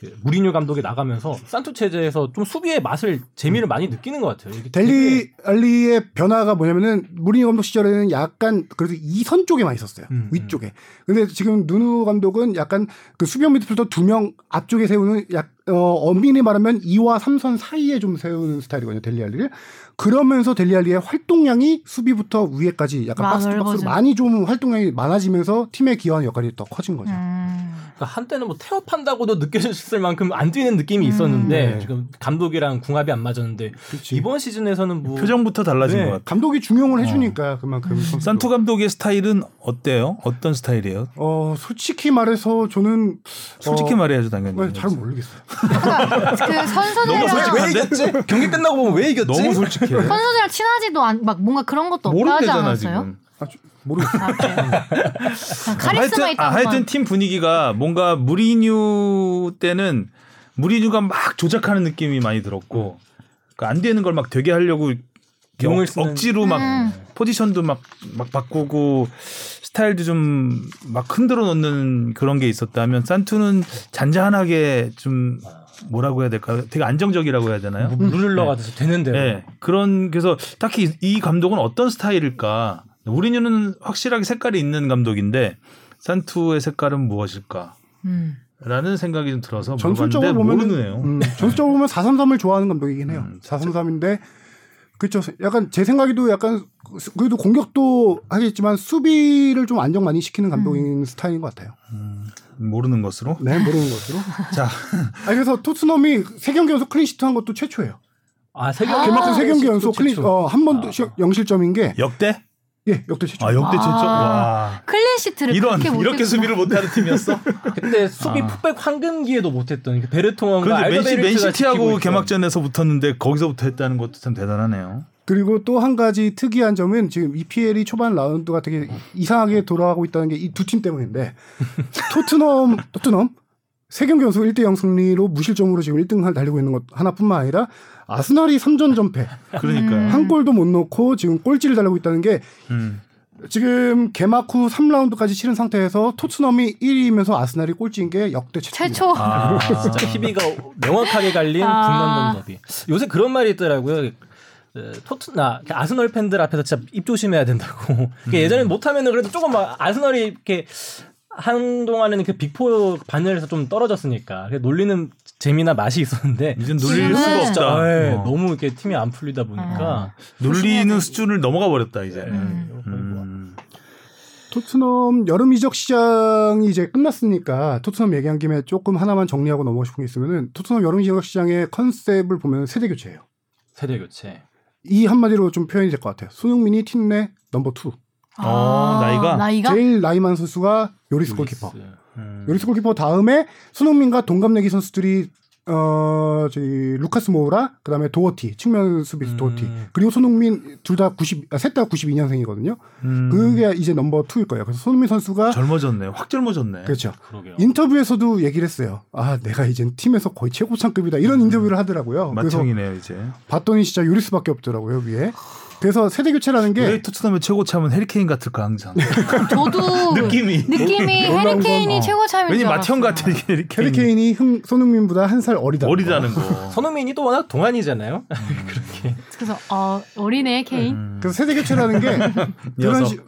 그 무리뉴 감독이 나가면서 산투 체제에서 좀 수비의 맛을 재미를 많이 느끼는 것 같아요. 이게 되게-
음.
음.
델리 알리의 변화가 뭐냐면은 무리뉴 감독 시절에는 약간 그래도 이선 쪽에 많이 있었어요.
음,
위쪽에. 근데 지금 누누 감독은 약간 그 수비형 미드필더 두 명 앞쪽에 세우는 약 어, 엄밀히 말하면 2와 3선 사이에 좀 세우는 스타일이거든요. 델리 알리를. 그러면서 델리 알리의 활동량이 수비부터 위에까지 약간
막
박스 투 박스로
넓어져.
많이 좀 활동량이 많아지면서 팀에 기여하는 역할이 더 커진 거죠.
음.
그러니까 한때는 뭐 태업한다고도 느껴졌을 만큼 안 뛰는 느낌이
음.
있었는데
네.
지금 감독이랑 궁합이 안 맞았는데 이번 시즌에서는 뭐
표정부터 달라진
네.
것 같아요.
음. 감독이 중용을 해주니까 그만큼 선수도.
어. 산투 감독의 스타일은 어때요? 어떤 스타일이에요?
어 솔직히 말해서 저는
솔직히
어,
말해야죠 당연히.
네, 잘 모르겠어요.
그 선수들이랑
너무 솔직해.
왜 이겼지? 경기 끝나고 보면 왜 이겼지?
너무 솔직해.
선수들이랑 친하지도 않, 막 뭔가 그런 것도 없다 하지
모른대잖아
않았어요?
지금.
아, 저- 모르겠어요.
아, 그래요? 그냥 카리스마
하여튼, 아,
있다는
하여튼 팀 분위기가 뭔가 무리뉴 때는 무리뉴가 막 조작하는 느낌이 많이 들었고 그러니까 안 되는 걸 막 되게 하려고 이렇게
용을
억-
쓰는-
억지로 막
음.
포지션도 막, 막 바꾸고 스타일도 좀 막 흔들어 놓는 그런 게 있었다면 산투는 잔잔하게 좀 뭐라고 해야 될까요? 되게 안정적이라고 해야 되나요?
룰러가 돼서 뭐 되는데요. 뭐.
네. 그런 그래서 딱히 이 감독은 어떤 스타일일까? 우리뉴는 확실하게 색깔이 있는 감독인데 산투의 색깔은 무엇일까라는
음.
생각이 좀 들어서 물어봤는데
전술적으로 음. 보면
모르네요.
전술적으로 보면 433을 좋아하는 감독이긴 해요.
음,
433인데 그렇죠. 약간 제 생각에도 약간 수- 그래도 공격도 하겠지만 수비를 좀 안정 많이 시키는 감독인 스타일인 것 같아요.
모르는 것으로.
네, 모르는 것으로.
자,
아 그래서 토트넘이 세 경기 연속 클린시트 한 것도 최초예요.
아, 세
아,
경기
개막전 세 경기 연속
최초.
클린 어한 번도
아.
시- 영실점인 게
역대?
예, 역대 최초.
아, 역대
아.
최초. 와.
클린 시트를
이런
그렇게 못
이렇게
했구나.
수비를 못 하는 팀이었어?
그때 수비
아.
풋백 황금기에도 못했던 그 베르통원과
그런데 맨시,
알더베이르트가 지키고
맨시티하고
있던.
개막전에서 붙었는데 거기서부터 했다는 것도 참 대단하네요.
그리고 또 한 가지 특이한 점은 지금 EPL이 E 초반 라운드가 되게 이상하게 돌아가고 있다는 게 이 두 팀 때문인데 토트넘 토트넘 세 경기 연속 1대 0 승리로 무실점으로 지금 1등을 달리고 있는 것 하나뿐만 아니라 아스날이 3전 전패
그러니까요.
한 골도 못 넣고 지금 꼴찌를 달리고 있다는 게
음.
지금 개막 후 3라운드까지 치른 상태에서 토트넘이 1위면서 아스날이 꼴찌인 게 역대 최초입니다.
최초
아,
진짜 희비가 명확하게 갈린
아.
국난던 더비. 요새 그런 말이 있더라고요. 에, 토트나 아스널
음.
팬들 앞에서 진짜 입 조심해야 된다고. 이게 예전에 못하면은 그래도 조금 막 아스널이 이렇게 한동안은 그 빅포 반열에서 좀 떨어졌으니까 그 놀리는 재미나 맛이 있었는데
이제 놀릴
지금은-
수가
아,
없다.
진짜 예,
어.
너무 이렇게 팀이 안 풀리다 보니까
놀리는 수준을 넘어가 버렸다 이제.
예,
아. 음.
거의 뭐
음.
토트넘 여름 이적 시장이 이제 끝났으니까 토트넘 얘기한 김에 조금 하나만 정리하고 넘어가고 싶은 게 있으면은 토트넘 여름 이적 시장의 컨셉을 보면 세대 교체예요.
세대 교체.
이 한마디로 좀 표현이 될 것 같아요. 손흥민이 팀 내 넘버 투.
어, 나이가?
아, 나이가?
제일 나이 많은 선수가 요리스 골키퍼.
루이스. 음.
요리스 골키퍼 다음에 손흥민과 동갑내기 선수들이 어, 저기 루카스 모우라, 그다음에 도어티, 측면 수비수 도어티.
음.
그리고 손흥민 둘 다 90, 아, 셋 다 92년생이거든요.
음.
그게 이제 넘버 투일 거예요. 그래서 손흥민 선수가
젊어졌네. 확 젊어졌네.
그렇죠.
그러게요.
인터뷰에서도 얘기를 했어요. 아, 내가 이젠 팀에서 거의 최고차급이다. 이런 인터뷰를 하더라고요. 그래서
마청이네요 이제.
봤더니 진짜 요리스밖에 없더라고요, 위에. 그래서 세대 교체라는
왜
게
토트넘의 최고 참은 해리케인 같을까 항상.
저도
느낌이.
느낌이
놀라운
해리케인이
건, 어.
최고 참인
왠지
줄 알았어요.
마청 같은 해리케인.
캐리케인이 흥, 손흥민보다 한 살 어리다.
머리다는 거.
선우민이 또 워낙 동안이잖아요.
그래서 어, 어린애 케인.
음.
그래서 세대 교체라는 게 그런,
녀석.
시,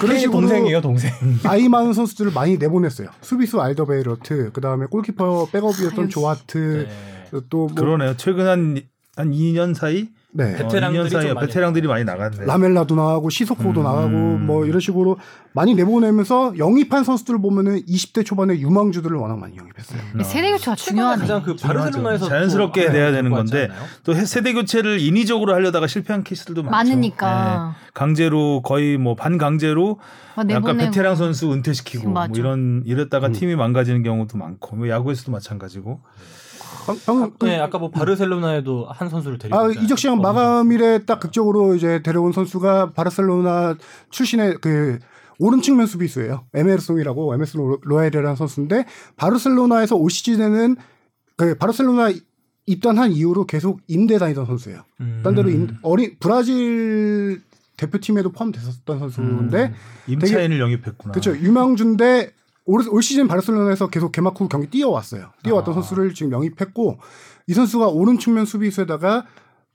그런 식으로
동생이에요, 동생.
나이 많은 선수들을 많이 내보냈어요. 수비수 알더베이러트, 그다음에 골키퍼
아,
백업이었던
역시.
조아트,
네.
또 뭐,
그러네요. 최근 한 한 2년 사이
네.
어,
베테랑들이
2년 사이에
좀 많이
베테랑들이 많이 나갔네.
라멜라도 나가고 시소코도
음.
나가고 뭐 이런 식으로 많이 내보내면서 영입한 선수들을 보면은 20대 초반에 유망주들을 워낙 많이 영입했어요.
어.
세대 교체가
최근에
중요하네.
가장 그 바르셀로나에서
자연스럽게
또- 네,
돼야 되는 건데.
맞지 않아요?
또 해- 세대 교체를 인위적으로 하려다가 실패한 케이스들도 많죠.
많으니까.
예. 강제로 거의 뭐 반강제로
막 내보내고.
약간 베테랑 선수 은퇴시키고 뭐
맞아.
이런 이랬다가 팀이 망가지는 경우도 많고 뭐 야구에서도 마찬가지고.
방- 방금 그-
네,
음.
아까 뭐 바르셀로나에도 한 선수를 데리고
아,
있잖아요.
이적 시장 마감일에 딱 극적으로 이제 데려온 선수가 바르셀로나 출신의 그 오른 측면 수비수예요. 에메르송이라고 에메르송 로- 로에레라는 선수인데 바르셀로나에서 올 시즌에는 그 바르셀로나 입단한 이후로 계속 임대 다니던 선수예요.
음.
딴 데로 임- 어린 브라질 대표팀에도 포함됐었던 선수인데
음.
임차인을 영입했구나.
그렇죠. 유망주인데 올, 올 시즌 바르셀로나에서 계속 개막 후 경기 뛰어왔어요. 뛰어왔던 선수를 지금 영입했고 이 선수가 오른 측면 수비수에다가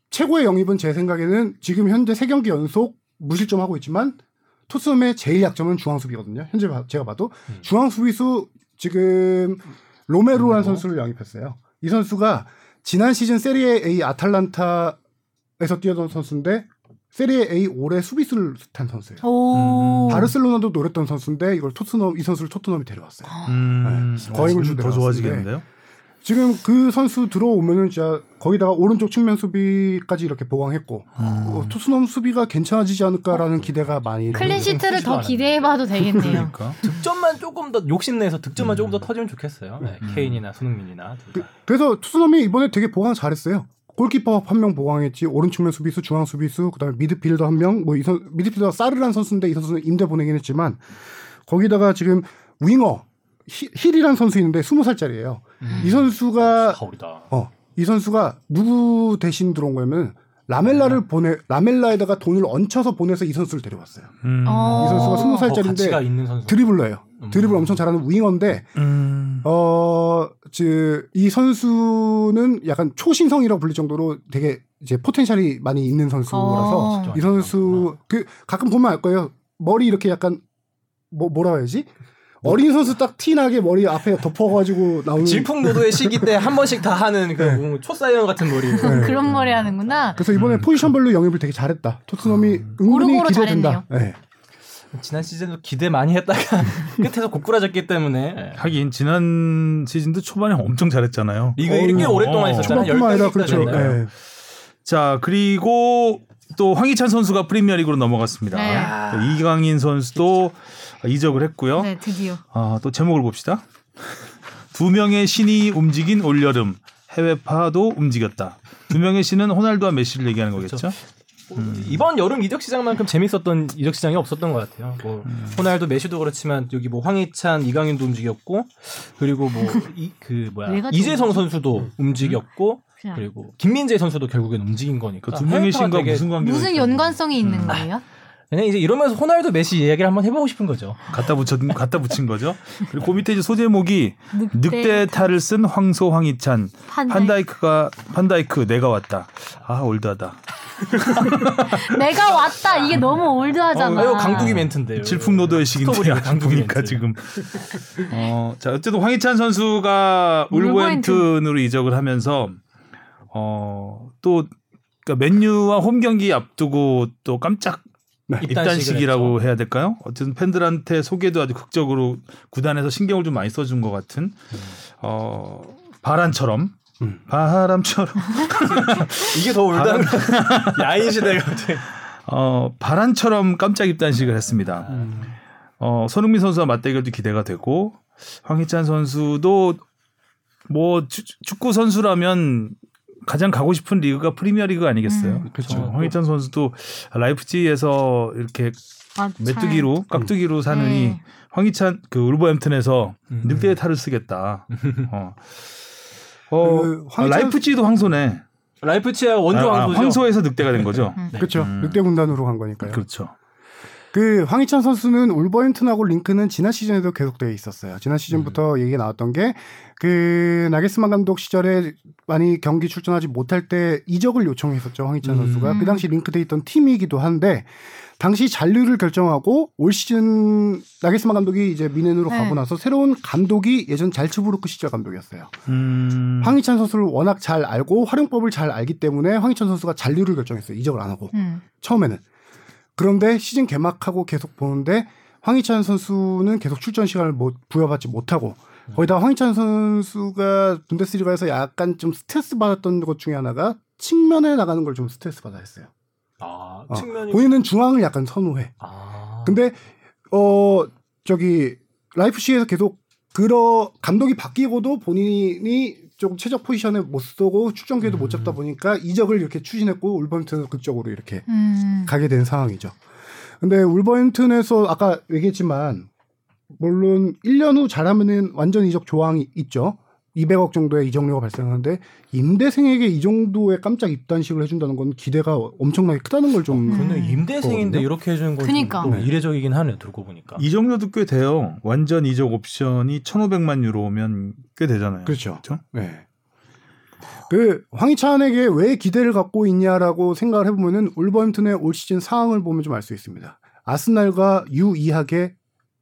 최고의 영입은 제 생각에는 지금 현재 세 경기 연속 무실점하고 있지만 토트넘의 제일 약점은 중앙 수비거든요. 현재 봐- 제가 봐도 중앙 수비수 지금 음. 로메로라는 선수를 영입했어요. 이 선수가 지난 시즌 세리에 A 아탈란타에서 뛰었던 선수인데 세리에 A 올해 수비수를 탄 선수예요.
오.
음.
바르셀로나도 노렸던 선수인데 이걸 토트넘 이 선수를 토트넘이 데려왔어요.
음,
네.
지금
거액을 좀
더
내려갔는데.
네.
좋아지겠는데요?
지금 그 선수 들어오면은 진짜 거기다가 오른쪽 측면 수비까지 이렇게 보강했고 어, 토트넘 수비가 괜찮아지지 않을까라는 기대가 많이
클린시트를 더
않았네.
기대해봐도 되겠네요.
그러니까.
득점만 조금 더 욕심내서
음.
득점만 조금 더 터지면 좋겠어요. 네, 케인이나 손흥민이나 둘 다.
그래서 토트넘이 이번에 되게 보강 잘했어요. 골키퍼 한 명 보강했지 오른 측면 수비수 중앙 수비수 그다음에 미드필더 한 명 뭐 이선 미드필더 사르란 선수인데 이 선수는 임대 보내긴 했지만 거기다가 지금 윙어 히- 힐이란 선수 있는데 20살짜리예요. 그
음.
이
아,
선수가
가오리다.
어, 이 선수가 누구 대신 들어온 거냐면 라멜라를 보내 라멜라에다가 돈을 얹혀서 보내서 이 선수를 데려왔어요.
음.
어.
이 선수가 스무
더 가치가
살짜리인데
있는 선수. 음.
드리블러예요. 드리블 엄청 잘하는 윙어인데
음.
어, 즉, 이 선수는 약간 초신성이라고 불릴 정도로 되게 이제 포텐셜이 많이 있는 선수라서
어.
이 선수 그 가끔 보면 알 거예요. 머리 이렇게 약간 뭐 뭐라 해야지? 어린 선수 딱 티나게 머리 앞에 덮어가지고 나오는
질풍노도의 시기 때 한 번씩 다 하는 그
네.
초사이언 같은 머리.
네.
그런 머리 하는구나.
그래서 이번에 포지션별로 영입을 되게 잘했다. 토트넘이 은근히
고루고루
기대된다. 네.
지난 시즌도 기대 많이 했다가 끝에서 고꾸라졌기 때문에 네.
하긴 지난 시즌도 초반에 엄청 잘했잖아요.
이거 이렇게
어.
오랫동안 있었잖아요.
뿐만 아니라 그렇죠.
됐나요?
네.
자 그리고 또 황희찬 선수가 프리미어리그로 넘어갔습니다.
네.
또 이강인 선수도 이적을 했고요.
네, 드디어.
아, 또 제목을 봅시다. 두 명의 신이 움직인 올여름 해외파도 움직였다. 두 명의 신은 호날두와 메시를 얘기하는
그렇죠.
거겠죠? 그러니까
음. 이번 여름 이적 시장만큼 재밌었던 이적 시장이 없었던 것 같아요. 뭐
음.
호날두, 메시도 그렇지만 여기 뭐 황희찬, 이강인도 움직였고 그리고 뭐 이 그 뭐야
얘가 좀
이재성 선수도
음.
움직였고
그냥.
그리고 김민재 선수도 결국엔 움직인 거니까
그 두 명의
그러니까 해외파가
신과
되게
무슨 관계가
무슨
있다고.
연관성이 있는 거예요?
그냥 이제 이러면서 호날두, 메시 이야기를 한번 해보고 싶은 거죠.
갖다 붙여 갖다 붙인 거죠. 그리고 그 밑에 이제 소제목이
늑대
늑대 탈을 쓴 황소 황희찬
판다이크.
판다이크가 판다이크 내가 왔다. 아 올드하다.
내가 왔다 이게 너무 올드하잖아.
아, 이거 강두기 멘트인데요.
질풍노도의 시기인데
스토브리네,
강국이니까
강국이네.
지금. 어, 자 어쨌든 황희찬 선수가
울버햄튼.
울버햄튼으로 이적을 하면서 어또 그러니까 맨유와 홈 경기 앞두고 또 깜짝 입단식이라고 해야 될까요? 어쨌든 팬들한테 소개도 아주 극적으로 구단에서 신경을 좀 많이 써준 것 같은 어 바람처럼
음.
바람처럼
이게 더 올드한 야인 시대 같아.
어 바람처럼 깜짝 입단식을 했습니다. 어 손흥민 선수와 맞대결도 기대가 되고 황희찬 선수도 뭐 추- 축구 선수라면 가장 가고 싶은 리그가 프리미어 리그 아니겠어요?
음.
그쵸.
어, 황희찬 선수도 라이프치히에서 이렇게
맞아요.
메뚜기로 깍두기로 사느니
네.
황희찬 그 울버햄튼에서
음.
늑대의 탈을 쓰겠다. 어. 어,
그
아,
황희찬-
라이프치히도 황소네.
라이프치야 원조
아, 아,
왕소죠.
황소에서 늑대가 된 거죠.
음.
그렇죠. 늑대 군단으로 간 거니까요. 그,
그렇죠.
황희찬 선수는 울버햄튼하고 링크는 지난 시즌에도 계속되어 있었어요. 지난 시즌부터 얘기가 나왔던 게 그 나게스만 감독 시절에 많이 경기 출전하지 못할 때 이적을 요청했었죠. 황희찬 선수가 그 당시 링크돼 있던 팀이기도 한데 당시 잔류를 결정하고 올 시즌 나게스만 감독이 이제 미넨으로
네.
가고 나서 새로운 감독이 예전 잘츠부르크 시절 감독이었어요.
음,
황희찬 선수를 워낙 잘 알고 활용법을 잘 알기 때문에 황희찬 선수가 잔류를 결정했어요. 이적을 안 하고
음.
처음에는 그런데 시즌 개막하고 계속 보는데 황희찬 선수는 계속 출전 시간을 못 부여받지 못하고 거기다 황희찬 선수가 분데스리가에서 약간 좀 스트레스 받았던 것 중에 하나가 측면에 나가는 걸 좀 스트레스 받아 했어요.
아,
어,
측면이.
본인은 중앙을 약간 선호해.
아.
근데 어 저기 라이프시에서 계속 그러 감독이 바뀌고도 본인이 조금 최적 포지션에 못 쓰고 출전 기회도 못 잡다 보니까 이적을 이렇게 추진했고 울버햄튼에서 극적으로 이렇게
음.
가게 된 상황이죠. 근데 울버햄튼에서 아까 얘기했지만 물론 1년 후 잘하면은 완전 이적 조항이 있죠. 200억 정도의 이적료가 발생하는데 임대생에게 이 정도의 깜짝 입단식을 해준다는 건 기대가 엄청나게 크다는 걸좀
음.
근데 임대생인데
거거든요.
이렇게 해주는 건좀
그니까.
또 이례적이긴 하네요. 들고 보니까.
이 정도도 꽤 돼요. 완전 이적 옵션이 1,500만 유로면 꽤 되잖아요.
그렇죠.
그렇죠?
네. 그 황희찬에게 왜 기대를 갖고 있냐라고 생각을 해보면은 울버햄튼의 올 시즌 상황을 보면 좀 알 수 있습니다. 아스날과 유이하게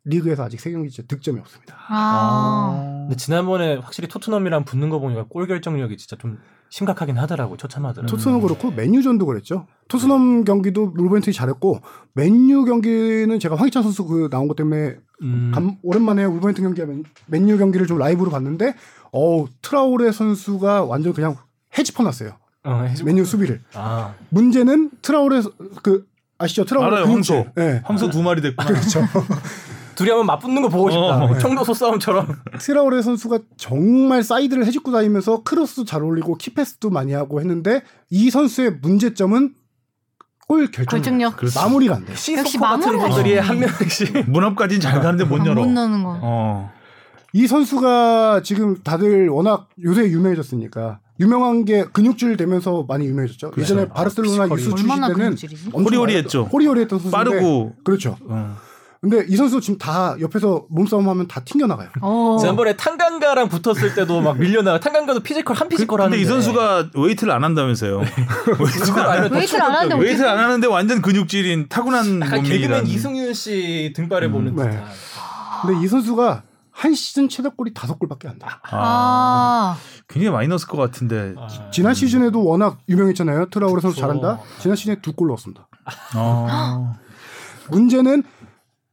리그에서 아직 세 경기째 득점이 없습니다.
아.
근데 지난번에 확실히 토트넘이랑 붙는 거 보니까 골 결정력이 진짜 좀 심각하긴 하더라고. 처참하더라고.
토트넘 그렇고 맨유전도 그랬죠. 토트넘 경기도 울버햄튼이 잘했고 맨유 경기는 제가 황희찬 선수 그 나온 것 때문에
음.
감- 오랜만에 울버햄튼 경기하면 맨유 경기를 좀 라이브로 봤는데 어우 트라우레 선수가 완전 그냥 헤집어놨어요.
어, 해주-
맨유 수비를.
아.
문제는 트라우레 서- 그 아시죠? 트라우레
알아요,
근육질.
황소.
예.
황소 두 마리 됐구나.
그렇죠.
둘이 한번 맞붙는 거 보고 싶다.
어.
청도소 싸움처럼.
트라우레 선수가 정말 사이드를 해집고 다니면서 크로스도 잘 올리고 키패스도 많이 하고 했는데 이 선수의 문제점은 골 결정.
결정력.
그렇죠.
마무리가 안 돼. 요
역시
시소코 같은
마무리가
분들이
좋네.
한 명씩
문 앞까지는 잘 가는데 못
아,
열어.
못 넣는 거.
어.
이 선수가 지금 다들 워낙 요새 유명해졌으니까 유명한 게 근육질 되면서 많이 유명해졌죠. 예전에 바르셀로나
피지컬이.
유수 출신
얼마나
때는
근육질이지?
엄청
그렇죠. 호리호리했죠.
많았던- 호리호리했던 선수
빠르고.
그렇죠.
어.
근데 이 선수 지금 다 옆에서 몸싸움하면 다 튕겨 나가요.
어.
지난번에 탄강가랑 붙었을 때도 막 밀려나가 탄강가도 피지컬 한 피지컬 하는데
그, 근데 이 선수가 웨이트를 안
네.
한다면서요.
그걸
아,
알면 더
웨이트를 안 하는데
웨이트 안 하는데 완전 근육질인 타고난
약간 개그맨
몸이라는.
이승윤 씨 등발에 보는
네.
듯한
근데 이 선수가 한 시즌 최다골이 다섯 골밖에 안 돼. 요
아,
아.
굉장히 마이너스 것 같은데.
아,
지난 시즌에도 워낙 유명했잖아요. 트라우레 선수
그렇죠.
잘한다. 지난 시즌에 두 골 넣었습니다.
어.
문제는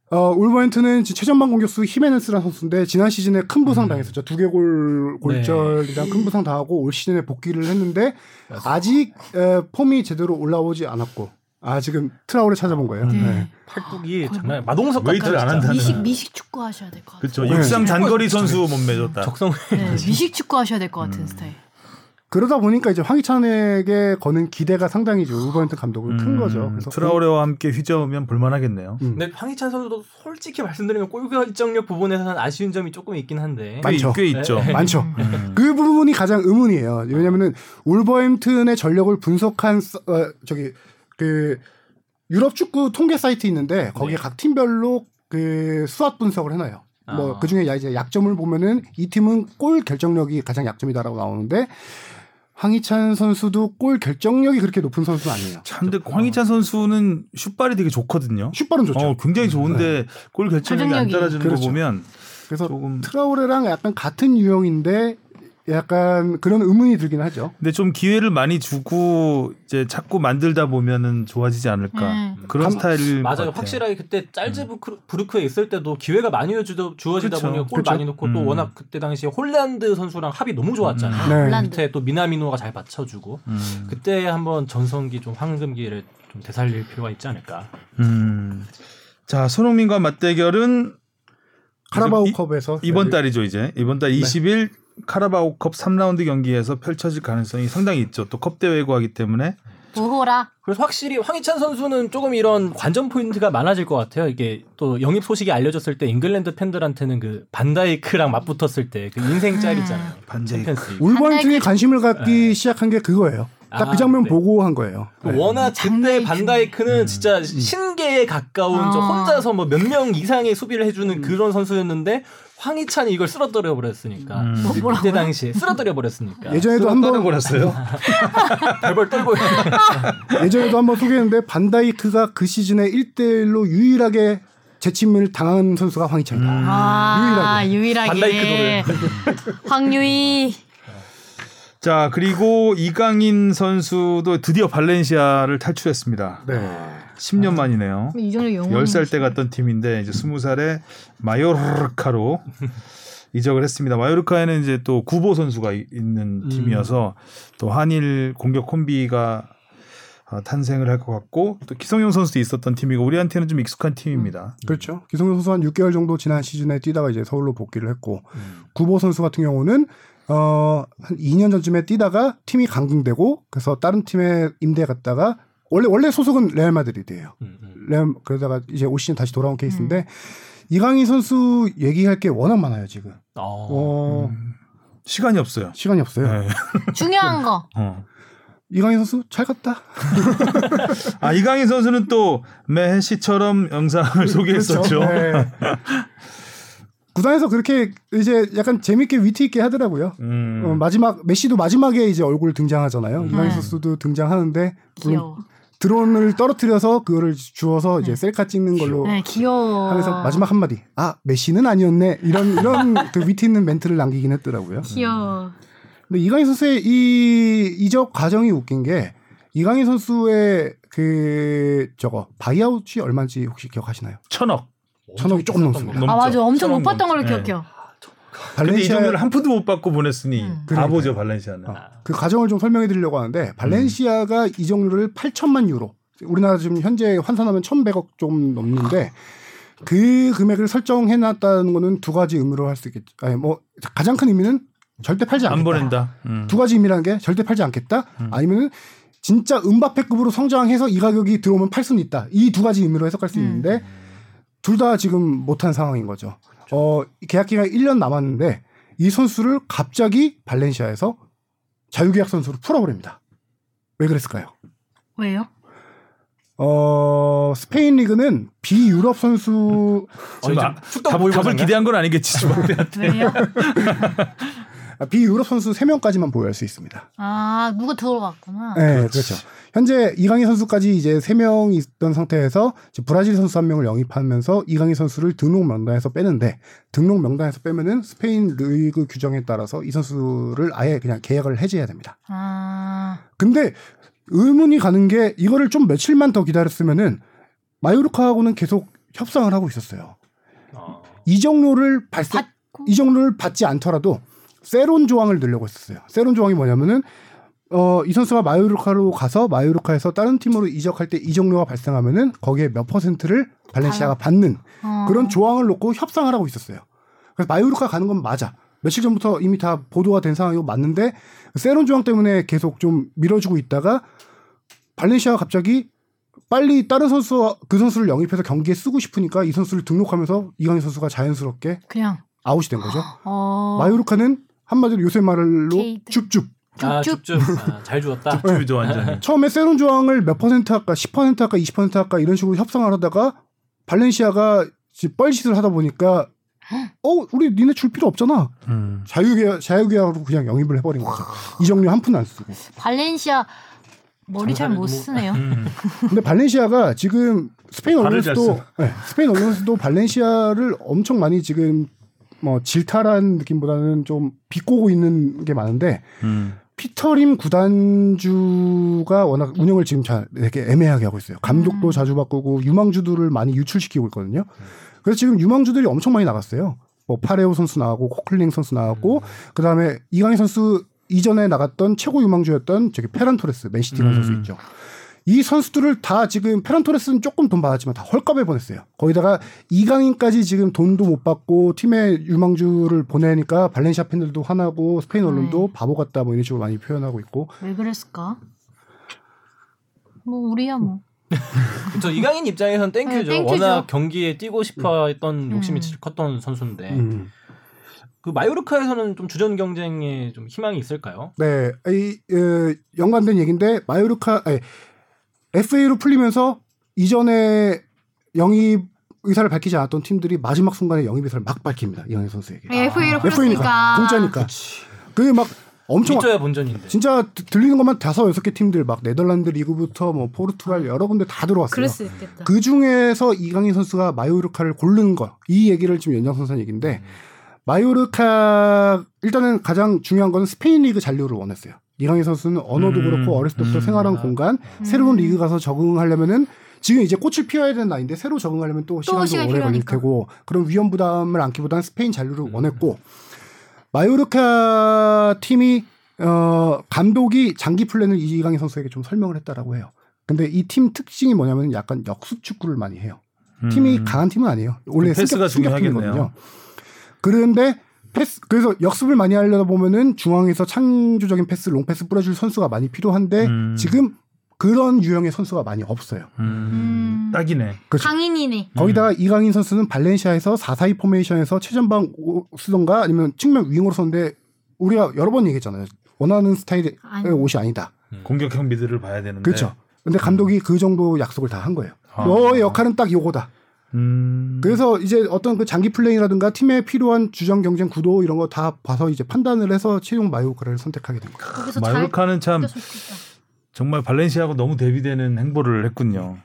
어, 울버햄튼은 지금 최전방 공격수 히메네스라는 선수인데 지난 시즌에 큰 부상 당했었죠. 두개골 골절이랑 큰 부상 당하고 올 시즌에 복귀를 했는데 아직 에, 폼이 제대로 올라오지 않았고 아 지금 트라우레 찾아본 거예요.
네.
네.
팔뚝이 장난
뭐
마동석 같아
웨이트를 안 한다는.
미식 미식 축구 하셔야 될 것 같아요.
그렇죠.
네.
육상 잔거리 선수 몸매졌다.
적성
네, 미식 축구 하셔야 될 것 같은 스타일.
그러다 보니까 이제 황희찬에게 거는 기대가 상당히 이제 울버햄튼 감독은 큰 거죠. 그래서
음. 트라우레와 함께 휘저으면 볼만하겠네요.
음.
근데 황희찬 선수도 솔직히 말씀드리면 골 결정력 부분에서는 아쉬운 점이 조금 있긴 한데
많이- 많죠.
꽤, 꽤 있죠.
네.
많죠.
음.
그 부분이 가장 의문이에요. 왜냐면은 울버햄튼의 전력을 분석한 서- 어, 저기 그 유럽 축구 통계 사이트 있는데 거기에
네.
각 팀별로 그 수학 분석을 해놔요.
아.
뭐 그중에 야- 이제 약점을 보면은 이 팀은 골 결정력이 가장 약점이다라고 나오는데 황희찬 선수도 골 결정력이 그렇게 높은 선수는 아니에요.
참, 근데 황희찬 선수는 슛발이 되게 좋거든요.
슛발은 좋죠. 네.
어, 굉장히 좋은데 골 결정력이 안
결정력이.
따라주는
그렇죠. 어.
거 보면
그래서
조금
트라우레랑 약간 같은 유형인데 약간 그런 의문이 들긴 하죠.
근데 좀 기회를 많이 주고 이제 자꾸 만들다 보면은 좋아지지 않을까
음.
그런
네. 감-
스타일
맞아요. 확실하게 그때 짤즈부르크에 있을 때도 기회가 많이 주어- 주어지다
그쵸.
보니까 골
그쵸.
많이 넣고 또
음.
워낙 그때 당시에 홀란드 선수랑 합이 너무 좋았잖아요.
네.
홀란드.
밑에 또 미나미노가 잘 받쳐주고
음.
그때 한번 전성기 좀 황금기를 좀 되살릴 필요가 있지 않을까.
음. 자 손흥민과 맞대결은 이-
카라바오컵에서
이번 달이죠 이제 이번 달 20일 카라바오컵 3라운드 경기에서 펼쳐질 가능성이 상당히 있죠. 또 컵 대회고 하기 때문에
보호라.
그래서 확실히 황희찬 선수는 조금 이런 관전 포인트가 많아질 것 같아요. 이게 또 영입 소식이 알려졌을 때 잉글랜드 팬들한테는 그 반다이크랑 맞붙었을 때 그 인생 짤 있잖아요.
반제
챔피언스.
음. 울버햄튼이
반다이크-
관심을 갖기 시작한 게 그거예요. 딱 그
그- 네. 아,
장면
네.
보고 한 거예요. 네.
워낙 그때
장난이
반다이크는 진짜 신계에 가까운 저
아.
혼자서 뭐 몇 명 이상의 수비를 해주는 그런 선수였는데 황희찬이 이걸 쓰러뜨려 버렸으니까
음.
뭐,
그때
뭐라고?
당시에 쓰러뜨려 버렸으니까
예전에도 한번
걸었어요.
벌벌 떨고
예전에도 한번 소개했는데 반다이크가 그 시즌에 1대1로 유일하게 재침을 당한 선수가
음.
황희찬이다.
아, 유일하게.
반다이크
황유이.
자 그리고 이강인 선수도 드디어 발렌시아를 탈출했습니다.
네.
10년 만이네요.
이 정도 영웅.
10살 때 갔던 팀인데 이제 20살에 마요르카로 이적을 했습니다. 마요르카에는 이제 또 구보 선수가 이-
음.
있는 팀이어서 또 한일 공격 콤비가 아, 탄생을 할 것 같고 또 기성용 선수도 있었던 팀이고 우리한테는 좀 익숙한 팀입니다.
그렇죠. 기성용 선수 한 6개월 정도 지난 시즌에 뛰다가 이제 서울로 복귀를 했고
음.
구보 선수 같은 경우는 어한 2년 전쯤에 뛰다가 팀이 강등되고 그래서 다른 팀에 임대 갔다가 원래 원래 소속은 레알 마드리드예요.
음,
레알 그러다가 이제 올 시즌 다시 돌아온 케이스인데
음.
이강인 선수 얘기할 게 워낙 많아요 지금. 어,
음.
시간이 없어요.
시간이 없어요.
음. 네.
중요한 거.
어.
이강인 선수 잘 갔다.
아 이강인 선수는 또 메시처럼
그렇죠.
영상을 소개했었죠.
네. 구단에서 그렇게 이제 약간 재밌게 위트 있게 하더라고요.
음.
어, 마지막 메시도 마지막에 이제 얼굴 등장하잖아요. 이강인 선수도 등장하는데
음.
물론
네. 귀여워.
드론을 떨어뜨려서 그거를 주워서 이제 셀카 찍는 걸로
네, 귀여워.
하면서 음. 마지막 한마디 아 메시는 아니었네 이런 이런 그 위트 있는 멘트를 남기긴 했더라고요.
귀여워.
근데 이강인 선수의 이 이적 과정이 웃긴 게 이강인 선수의 그 저거 바이아웃이 얼마인지 혹시 기억하시나요?
천억.
천억이 조금 넘습니다.
넘죠.
아, 맞아. 엄청
천억
높았던 걸로
넘죠. 네.
기억해요. 네.
근데 이
발렌시아의
정도를 한 푼도 못 받고 보냈으니
음.
바보죠 발렌시아는.
그 과정을 좀 설명해 드리려고 하는데 발렌시아가
음.
이적료를 8천만 유로 우리나라 지금 현재 환산하면 1,100억 좀 넘는데 그 금액을 설정해 놨다는 거는 두 가지 의미로 할 수 있겠죠. 아니 뭐 가장 큰 의미는 절대 팔지 않겠다.
안 보낸다. 음.
두 가지 의미라는 게 절대 팔지 않겠다. 아니면은 진짜 은바페급으로 성장해서 이 가격이 들어오면 팔 수는 있다. 이 두 가지 의미로 해석할 수
음.
있는데 둘 다 지금 못한 상황인 거죠. 어, 계약 기간 1년 남았는데 이 선수를 갑자기 발렌시아에서 자유계약 선수로 풀어버립니다. 왜 그랬을까요?
네. 왜요?
어, 스페인 리그는 비유럽 선수
지금 아-
축덕
답, 답을 기대한 건 아니겠지 주방대한테.
왜요?
아, 비유럽 선수 3명까지만 보유할 수 있습니다.
아, 누가 들어왔구나.
네, 그렇죠. 현재 이강인 선수까지 이제 세 명이 있던 상태에서 이제 브라질 선수 한 명을 영입하면서 이강인 선수를 등록 명단에서 빼는데 등록 명단에서 빼면은 스페인 리그 규정에 따라서 이 선수를 아예 그냥 계약을 해지해야 됩니다.
아,
근데 의문이 가는 게 이거를 좀 며칠만 더 기다렸으면은 마요르카하고는 계속 협상을 하고 있었어요. 이적료를 발생
받고.
이적료를 받지 않더라도 세론 조항을 넣으려고 했었어요. 세론 조항이 뭐냐면은 어, 이 선수가 마요르카로 가서 마요르카에서 다른 팀으로 이적할 때 이적료가 발생하면은 거기에 몇 퍼센트를 발렌시아가 받는
어.
그런 조항을 놓고 협상을 하고 있었어요. 그래서 마요르카 가는 건 맞아. 며칠 전부터 이미 다 보도가 된 상황이고 맞는데 세론 조항 때문에 계속 좀 밀어주고 있다가 발렌시아가 갑자기 빨리 다른 선수 그 선수를 영입해서 경기에 쓰고 싶으니까 이 선수를 등록하면서 이강인 선수가 자연스럽게
그냥
아웃이 된 거죠.
어.
마요르카는 한마디로 요새 말로
게이드.
줍줍.
아,
쭉쭉.
쭉쭉. 아, 잘 주었다.
쭈쭈죠 완전히.
처음에 세론 조항을 몇 퍼센트 할까, 10% 할까, 20% 할까 이런 식으로 협상을 하다가 발렌시아가 지금 뻘짓을 하다 보니까 어 우리 니네 줄 필요 없잖아.
음.
자유계약 자유계약으로 그냥 영입을 해버린 거죠. 이적료 한 푼 안 쓰고.
발렌시아 머리 잘 못 쓰네요.
음.
근데 발렌시아가 지금 스페인
발을 잘
언론에서도 네, 스페인 언론에서도 발렌시아를 엄청 많이 지금 뭐 질타란 느낌보다는 좀 비꼬고 있는 게 많은데
음.
피터림 구단주가 워낙 운영을 지금 잘 되게 애매하게 하고 있어요. 감독도 자주 바꾸고 유망주들을 많이 유출시키고 있거든요. 그래서 지금 유망주들이 엄청 많이 나갔어요. 뭐 파레오 선수 나가고 코클링 선수 나갔고 그다음에 이강인 선수 이전에 나갔던 최고 유망주였던 저기 페란 토레스 맨시티 간 선수 있죠. 이 선수들을 다 지금 페란 토레스는 조금 돈 받았지만 다 헐값에 보냈어요. 거기다가 이강인까지 지금 돈도 못 받고 팀의 유망주를 보내니까 발렌시아 팬들도 화나고 스페인 언론도 바보 같다 뭐 이런 식으로 많이 표현하고 있고
왜 그랬을까? 뭐 우리야 뭐.
저 이강인 입장에선 땡큐죠.
네, 땡큐죠.
워낙 경기에 뛰고 싶어 했던 욕심이
음.
진짜 컸던 선수인데
음.
그 마요르카에서는 좀 주전 경쟁에 좀 희망이 있을까요?
네, 이 에, 연관된 얘기인데 마요르카 아니, FA로 풀리면서 이전에 영입 의사를 밝히지 않았던 팀들이 마지막 순간에 영입 의사를 막 밝힙니다. 이강인
아,
선수에게.
FA로 풀었으니까.
FA니까 공짜니까. 그 막 엄청
믿져야 본전인데.
진짜 드- 들리는 것만 다섯 여섯 개 팀들 막 네덜란드 리그부터 뭐 포르투갈 여러 군데 다 들어왔어요.
그럴 수 있겠다.
그 중에서 이강인 선수가 마요르카를 고른 거 이 얘기를 지금 연장선상 얘기인데
음.
마요르카 일단은 가장 중요한 건 스페인 리그 잔류를 원했어요. 이강인 선수는 언어도
음,
그렇고 어렸을 때부터
음.
생활한 공간
음.
새로운 리그 가서 적응하려면은 지금 이제 꽃을 피워야 되는 나이인데 새로 적응하려면 또 시간도
시간이
오래 걸릴
필요하니까.
테고 그런 위험 부담을 안기보다는 스페인 잔류를
음.
원했고 마요르카 팀이 어 감독이 장기 플랜을 이강인 선수에게 좀 설명을 했다라고 해요. 근데 이 팀 특징이 뭐냐면 약간 역습 축구를 많이 해요. 팀이
음. 그
강한 팀은 아니에요. 원래
패스가
승격, 승격팀이거든요.
중요하겠네요.
그런데 패스 그래서 역습을 많이 하려다 보면은 중앙에서 창조적인 패스, 롱패스 뿌려줄 선수가 많이 필요한데
음.
지금 그런 유형의 선수가 많이 없어요.
음.
음.
딱이네.
그렇죠.
강인이네.
거기다가 이강인 선수는 발렌시아에서 4-4-2 포메이션에서 최전방 오- 쓰던가 아니면 측면 윙으로 섰는데 우리가 여러 번 얘기했잖아요. 원하는 스타일의
아니.
옷이 아니다.
공격형 미드를 봐야 되는데.
그렇죠. 근데 감독이 그 정도 약속을 다 한 거예요.
네. 아.
너의 역할은 딱 요거다.
음.
그래서 이제 어떤 그 장기 플레이라든가 팀에 필요한 주전 경쟁 구도 이런 거 다 봐서 이제 판단을 해서 최종 마요카를 선택하게 된 거예요.
거기서 잘
마요르카는 참
뜯어줄 수 있다.
정말 발렌시아하고 너무 대비되는 행보를 했군요.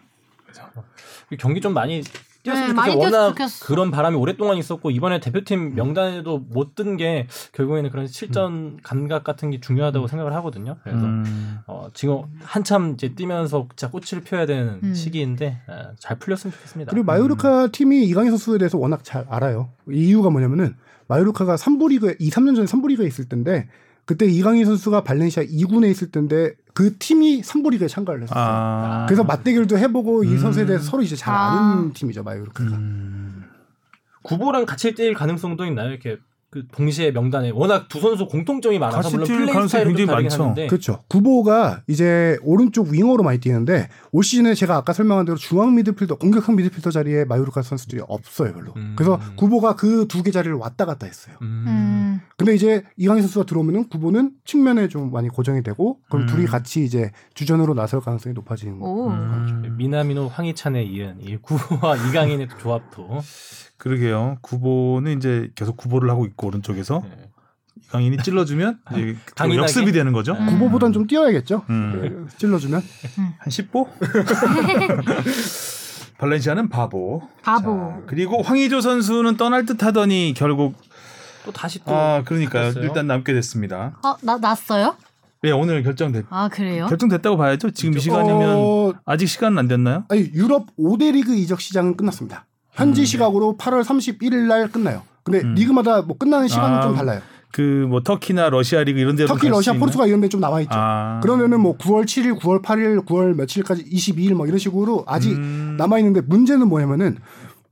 경기 좀 많이 뛰었으면
네,
좋겠어요.
많이 뛰었으면
워낙
좋겠어.
그런 바람이 오랫동안 있었고 이번에
음.
대표팀 명단에도 못 든 게 결국에는 그런 실전 감각 같은 게 중요하다고 생각을 하거든요. 그래서
음.
어, 지금 한참 이제 뛰면서 진짜 꽃을 피워야 되는
음.
시기인데 어, 잘 풀렸으면 좋겠습니다. 음.
그리고 마요르카 팀이 이강인 선수에 대해서 워낙 잘 알아요. 이 이유가 뭐냐면은 마요르카가 3부 리그에 2, 3년 전에 3부 리그에 있을 텐데 그때 이강인 선수가 발렌시아 2군에 있을 텐데 그 팀이 3부 리그에 참가를 했어요.
아.
그래서 맞대결도 해보고
음.
이 선수에 대해서 서로 이제 잘 아는
아.
팀이죠 마요르카가.
음.
구보랑 같이 뛸 가능성도 있나요? 이렇게 그 동시에 명단에 워낙 두 선수 공통점이 많아서
같이
물론
뛸
플레이
가능성이
스타일도
굉장히
다르긴
많죠.
하는데
그렇죠. 구보가 이제 오른쪽 윙어로 많이 뛰는데 올 시즌에 제가 아까 설명한 대로 중앙 미드필더, 공격형 미드필더 자리에 마요르카 선수들이 없어요 별로.
음.
그래서 구보가 그 두 개 자리를 왔다 갔다 했어요.
음,
음.
근데 이제 이강인 선수가 들어오면은 구보는 측면에 좀 많이 고정이 되고 그럼
음.
둘이 같이 이제 주전으로 나설 가능성이 높아지는 거.
오.
음.
미나미노 황희찬에 이은 이 구보와 이강인의 조합도
어? 그러게요. 구보는 이제 계속 구보를 하고 있고 오른쪽에서
네.
이강인이 찔러주면 이제 또
강인하게?
역습이 되는 거죠.
네.
구보보단 좀 뛰어야겠죠.
음.
예, 찔러주면
한 10보? 발렌시아는 바보.
바보.
자, 그리고 황의조 선수는 떠날 듯 하더니 결국
또 다시 또
아 그러니까요.
바뀌었어요?
일단 남게 됐습니다.
어, 나 났어요?
네 오늘 결정됐
아 그래요?
결정됐다고 봐야죠. 지금 이
그렇죠.
시간이면
어,
아직 시간은 안 됐나요?
아니 유럽 5대 리그 이적 시장은 끝났습니다.
음.
현지 시각으로 8월 31일 날 끝나요. 근데 리그마다 뭐 끝나는 시간은
아,
좀 달라요.
그 뭐 터키나 러시아 리그 이런 데로
터키,
갈수
러시아,
있나요?
포르투갈 이런 데 좀 나와 있죠.
아.
그러면은 뭐 9월 7일, 9월 8일, 9월 며칠까지 22일 뭐 이런 식으로 아직
음.
남아 있는데 문제는 뭐냐면은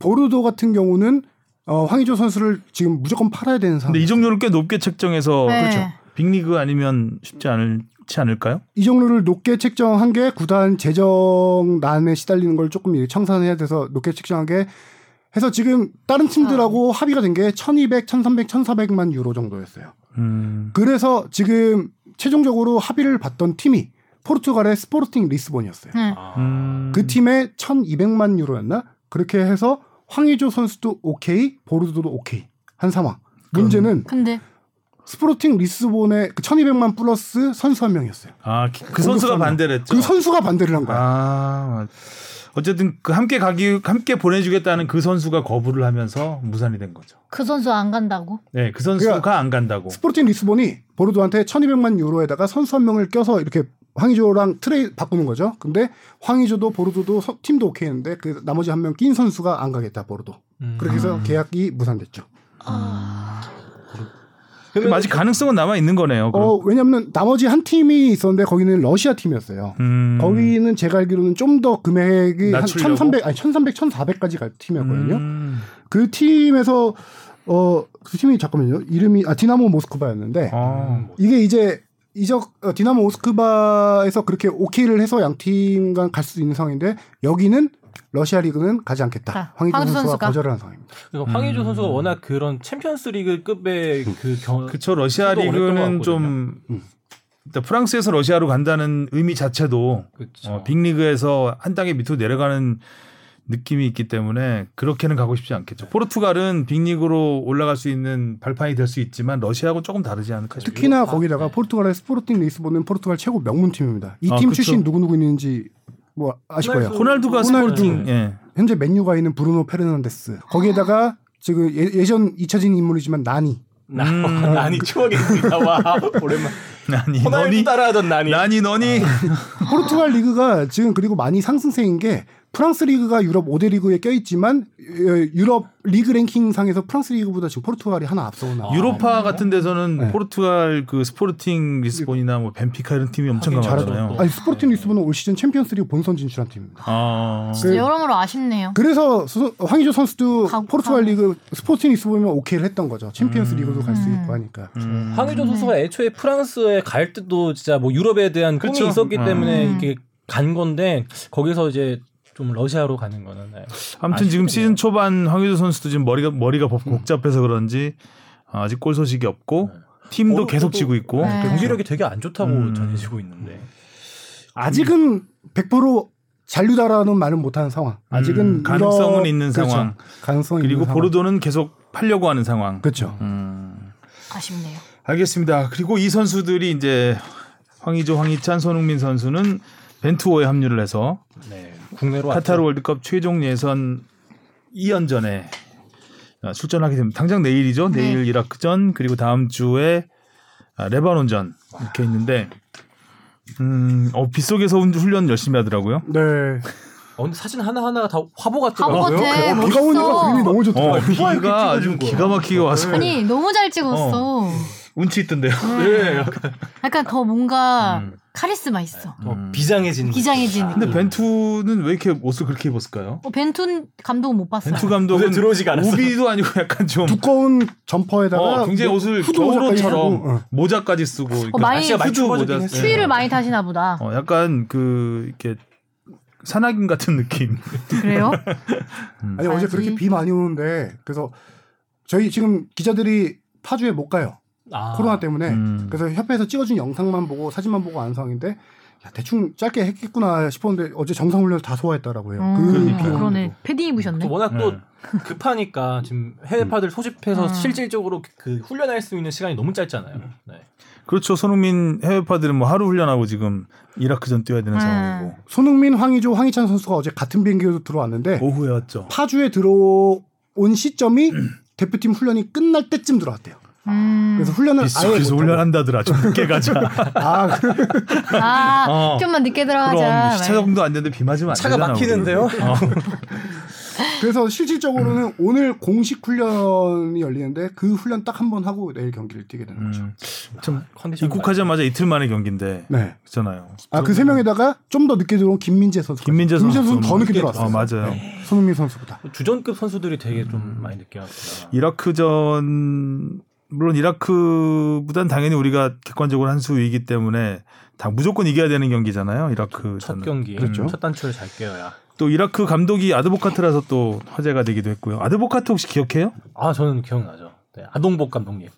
보르도 같은 경우는 어, 황의조 선수를 지금 무조건 팔아야 되는 상황.
근데 이 종류를 꽤 높게 책정해서 그렇죠.
네.
빅리그 아니면 쉽지 않을지 않을까요?
이 종류를 높게 책정한 게 구단 재정난에 시달리는 걸 조금 청산해야 돼서 높게 책정한 게 해서 지금 다른
아.
팀들하고 합의가 된 게 1200, 1300, 1400만 유로 정도였어요.
음.
그래서 지금 최종적으로 합의를 봤던 팀이 포르투갈의
아.
스포르팅 리스본이었어요.
네.
음.
그 팀에 1200만 유로였나? 그렇게 해서 황의조 선수도 오케이, 보르도도 오케이 한 상황.
음.
문제는
근데
스포르팅 리스본의 그 1200만 플러스 선수 한 명이었어요.
아, 기- 그 선수가
공격수는.
반대를 했죠.
그 선수가 반대를 한 거야.
아, 어쨌든 그 함께 가기 함께 보내주겠다는 그 선수가 거부를 하면서 무산이 된 거죠.
그 선수 안 간다고?
네, 그 선수가
그러니까
안 간다고.
스포르팅 리스본이 보르도한테 1200만 유로에다가 선수 한 명을 껴서 이렇게 황의조랑 트레이 바꾸는 거죠. 근데 황의조도 보르도도 서- 팀도 오케이 했는데 그 나머지 한 명 낀 선수가 안 가겠다 보르도.
음.
그렇게 해서 계약이 무산됐죠.
그럼 아직 가능성은 남아 있는 거네요. 그럼.
어, 왜냐면 나머지 한 팀이 있었는데 거기는 러시아 팀이었어요.
음.
거기는 제가 알기로는 좀 더 금액이 한
낮추려고?
1,300, 아니 1,300, 1,400까지 갈 팀이었거든요.
음.
그 팀에서 어, 그 팀이 잠깐만요. 이름이 아 디나모 모스크바였는데
아,
음.
이게 이제 이적 어, 디나모 모스크바에서 그렇게 오케이를 해서 양 팀 간 갈 수 있는 상황인데 여기는 러시아 리그는 가지 않겠다.
자,
황희조
황희조
선수가
선수가.
거절한 상황입니다.
그러니까 황의조 선수가 워낙 그런 챔피언스리그 급의 그 경.
그쵸. 러시아
저도 어렵던 것
리그는
같거든요.
좀
음.
일단 프랑스에서 러시아로 간다는 의미 자체도
그쵸.
어, 빅리그에서 한 단계 밑으로 내려가는 느낌이 있기 때문에 그렇게는 가고 싶지 않겠죠. 포르투갈은 빅리그로 올라갈 수 있는 발판이 될 수 있지만 러시아하고 조금 다르지 않을까 싶어요.
특히나 거기다가 포르투갈의 스포르팅 리스본은 포르투갈 최고 명문 팀입니다. 이
아,
팀
그쵸.
출신 누구누구 있는지 뭐 아실 거예요.
호날두가
호날두.
스포팅 예.
현재 맨유가 있는 브루노 페르난데스 거기에다가 지금 예, 예전 잊혀진 인물이지만 나니
나, 어, 난이 추억이 있습니다. 와 오랜만.
나니
호날두
너니
따라하던 난이.
나니 너니
그 포르투갈 리그가 지금 그리고 많이 상승세인 게 프랑스 리그가 유럽 5대 리그에 껴있지만 유- 유럽 리그 랭킹 상에서 프랑스 리그보다 지금 포르투갈이 하나 앞서고 나와
유로파 같은 데서는
네.
포르투갈 그 스포르팅 리스본이나 뭐 벤피카 이런 팀이 엄청
하긴 잘하죠,
강하잖아요.
또.
아니 스포르팅 리스본은 올 시즌 챔피언스리그 본선 진출한 팀입니다.
아.
그-
진짜 여러모로 아쉽네요.
그래서 수- 황의조 선수도
가-
포르투갈
가-
리그 스포르팅 리스본이면 오케이를 했던 거죠. 챔피언스
음.
리그도 갈 수
음.
있고 하니까.
음.
황의조 선수가 애초에 프랑스에 갈 때도 진짜 뭐 유럽에 대한 꿈이
그쵸.
있었기
음.
때문에
음.
이렇게 간 건데 거기서 이제 좀 러시아로 가는 거는 네.
아무튼 지금
아쉽네요.
시즌 초반 황의조 선수도 지금 머리가 머리가 복- 복잡해서 그런지 아직 골 소식이 없고 팀도
어,
계속
저도-
지고 있고
네.
경기력이 되게 안 좋다고
음.
전해지고 있는데
아직은 100% 잔류다라는 말은 못하는 상황. 아직은
음, 가능성은
유럽-
있는
그렇죠.
상황.
가능성이
그리고
있는 상황.
보르도는 계속 팔려고 하는 상황.
그렇죠.
음.
아쉽네요.
알겠습니다. 그리고 이 선수들이 이제 황의조, 황희찬, 손흥민 선수는 벤투어에 합류를 해서
네. 국내로
카타르
왔죠.
월드컵 최종 예선 2연전에 어, 출전하게 됩니다. 당장 내일이죠.
네.
내일 이라크전 그리고 다음 주에 아, 레바논전 이렇게 있는데 음, 어, 빗속에서 훈- 훈련 열심히 하더라고요.
네.
어, 근데 사진 하나 하나가 다 화보
화보
같더라고요.
같아.
그래요?
멋있어.
비가 오니까 그림이 너무
어,
좋더라고요.
비가 아주 기가 막히게 와서
아니 네. 너무 잘 찍었어.
네. 운치 있던데요. 네,
약간 더 뭔가 카리스마 있어.
더 비장해지는.
비장해진 느낌.
음. 네. 근데 벤투는 왜 이렇게 옷을 그렇게 입었을까요?
어, 벤툰 감독은 못 봤어요.
벤투 감독은
요새 들어오지가 않았어.
우비도 아니고 약간 좀
두꺼운 점퍼에다가 뭐
어, 굉장히 옷을
후드 모자까지
겨울옷처럼
쓰고, 어.
모자까지 쓰고 이렇게
어, 많이 날씨가
많이
후드
추워지긴
모자
했어요.
추위를 많이 타시나 보다.
네. 어, 약간 그 이렇게 산악인 같은 느낌.
그래요?
아니 어제
가야지.
그렇게 비 많이 오는데 그래서 저희 지금 기자들이 파주에 못 가요.
아.
코로나 때문에.
음.
네. 그래서 협회에서 찍어준 영상만 보고 사진만 보고 아는 상황인데 야, 대충 짧게 했겠구나 싶었는데 어제 정상훈련 다 소화했다라고 해요. 그
음,
비 오는
그러네.
거.
패딩 입으셨네.
또 워낙 또
네.
급하니까 지금 해외파들 소집해서
음.
실질적으로 그 훈련할 수 있는 시간이 너무
음.
짧잖아요. 네.
그렇죠. 손흥민 해외파들은 뭐 하루 훈련하고 지금 이라크전 뛰어야 되는
음.
상황이고
손흥민, 황의조, 황희찬 선수가 어제 같은 비행기로 들어왔는데
오후에 왔죠.
파주에 들어온 시점이
음.
대표팀 훈련이 끝날 때쯤 들어왔대요.
음.
그래서 훈련을 아예
빗속에서
못하고.
훈련한다더라. 좀 늦게 가자.
아, 그-
아,
어.
좀만 늦게
그럼
들어가자. 네.
시차 정도 안 되는데 비 맞으면 안
차가
되잖아. 우리.
막히는데요?
어.
그래서 실질적으로는
음.
오늘 공식 훈련이 열리는데 그 훈련 딱 한 번 하고 내일 경기를 뛰게 되는 거죠.
음. 참
아, 컨디션
입국하자마자 이틀 만에 경기인데
네.
그렇잖아요.
아 그 세 명에다가 좀 더 늦게 들어온 김민재 선수.
김민재
는더
선수.
늦게 들어왔어요.
어, 맞아요.
네. 손흥민 선수보다.
주전급 선수들이 되게
음.
좀 많이 늦게 왔구나.
예. 이라크전 물론 이라크보단 당연히 우리가 객관적으로 한 수이기 때문에 다 무조건 이겨야 되는 경기잖아요. 이라크
첫 경기 음,
그렇죠.
첫 단추를 잘 깨어야.
또 이라크 감독이 아드보카트라서 또 화제가 되기도 했고요. 아드보카트 혹시 기억해요?
아 저는 기억나죠. 네, 아동복 감독님.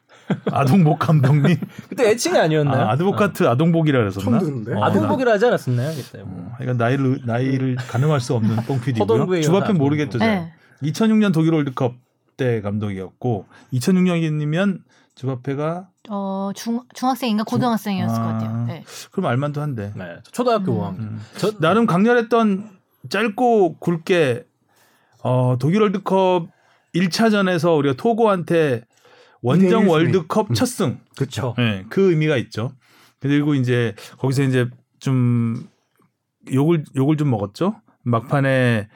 아동복 감독님.
그때 애칭이 아니었나요? 네.
아, 아드보카트 아동복이라 그랬었나?
처음 듣는데.
어,
아동복이라 하지
음.
않았었나요 그때? 뭐.
나- 어, 그러니까 나이를 나이를 가늠할 수 없는 뽕피디고요.
허던부의
주바펜
여자
모르겠죠. 잘.
네.
2006년 독일 월드컵 때 감독이었고 2006년이면 주바페가
어, 중, 중학생인가 고등학생이었을
아.
것 같아요. 네.
그럼 알만도 한데
네, 초등학교
음.
5학년.
음.
저
나름 강렬했던 짧고 굵게 어, 독일 월드컵 1차전에서 우리가 토고한테 원정
이대일 승리.
월드컵
음.
첫 승.
그렇죠.
예, 그 의미가 있죠. 그리고 이제 거기서 이제 좀 욕을 욕을 좀 먹었죠. 막판에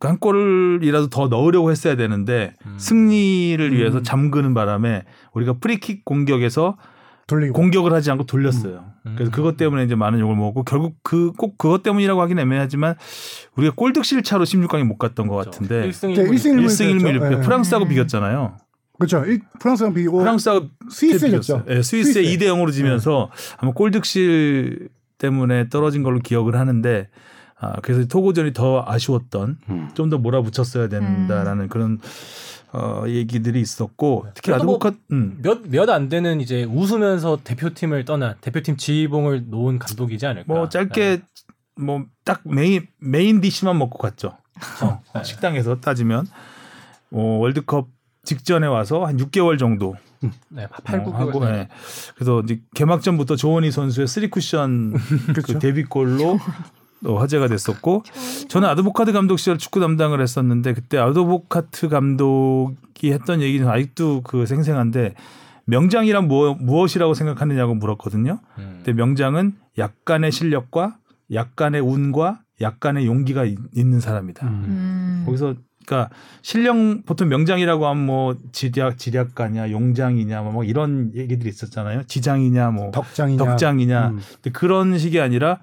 한 골이라도 더 넣으려고 했어야 되는데
음.
음.
승리를 위해서 잠그는 바람에 우리가 프리킥 공격에서
돌리고
공격을 하지 않고 돌렸어요.
음.
음.
그래서 그것 때문에 이제 많은 욕을 먹었고 결국 그 꼭 그것 때문이라고 하긴 애매하지만 우리가 골득실 차로 16강에 못 갔던 것 같은데
1승
네,
이제
1무
그렇죠. 1승
1승 1무 1패 프랑스하고
예.
음.
비겼잖아요.
그렇죠. 프랑스랑 비기고
프랑스하고
스위스에
비겼어요.
졌죠.
예, 스위스에
스위스에.
2대 0으로 지면서 아마 골득실 때문에 떨어진 걸로 기억을 하는데 아, 그래서 토고전이 더 아쉬웠던
음.
좀 더 몰아붙였어야 된다라는 그런 어, 얘기들이 있었고 특히
그래도 뭐-
라도보카 음.
몇몇 안 되는 이제 웃으면서 대표팀을 떠난 대표팀 지휘봉을 놓은 감독이지 않을까.
아,
네.
뭐 짧게 뭐 딱 메인 메인 디시만 먹고 갔죠. 어, 어, 식당에서 따지면 어, 월드컵 직전에 와서 한 6개월 정도
네, 네,
어,
8, 9
하고 예. 그래서 이제 개막전부터 조원희 선수의 쓰리 쿠션 그 데뷔골로 또 화제가 됐었고 저는 아드보카트 감독 시절 축구 담당을 했었는데 그때 아드보카트 감독이 했던 얘기는 아직도 그 생생한데 명장이란 뭐, 무엇이라고 생각하느냐고 물었거든요.
음.
음.
근데 명장은 약간의 실력과 약간의 운과 약간의 용기가 있, 는 사람이다.
음.
거기서 그러니까 실력 보통 명장이라고 하면 뭐 지략 지략가냐 용장이냐 뭐 이런 얘기들이 있었잖아요. 지장이냐 뭐
덕장이냐.
덕장이냐
음.
근데 그런 식이 아니라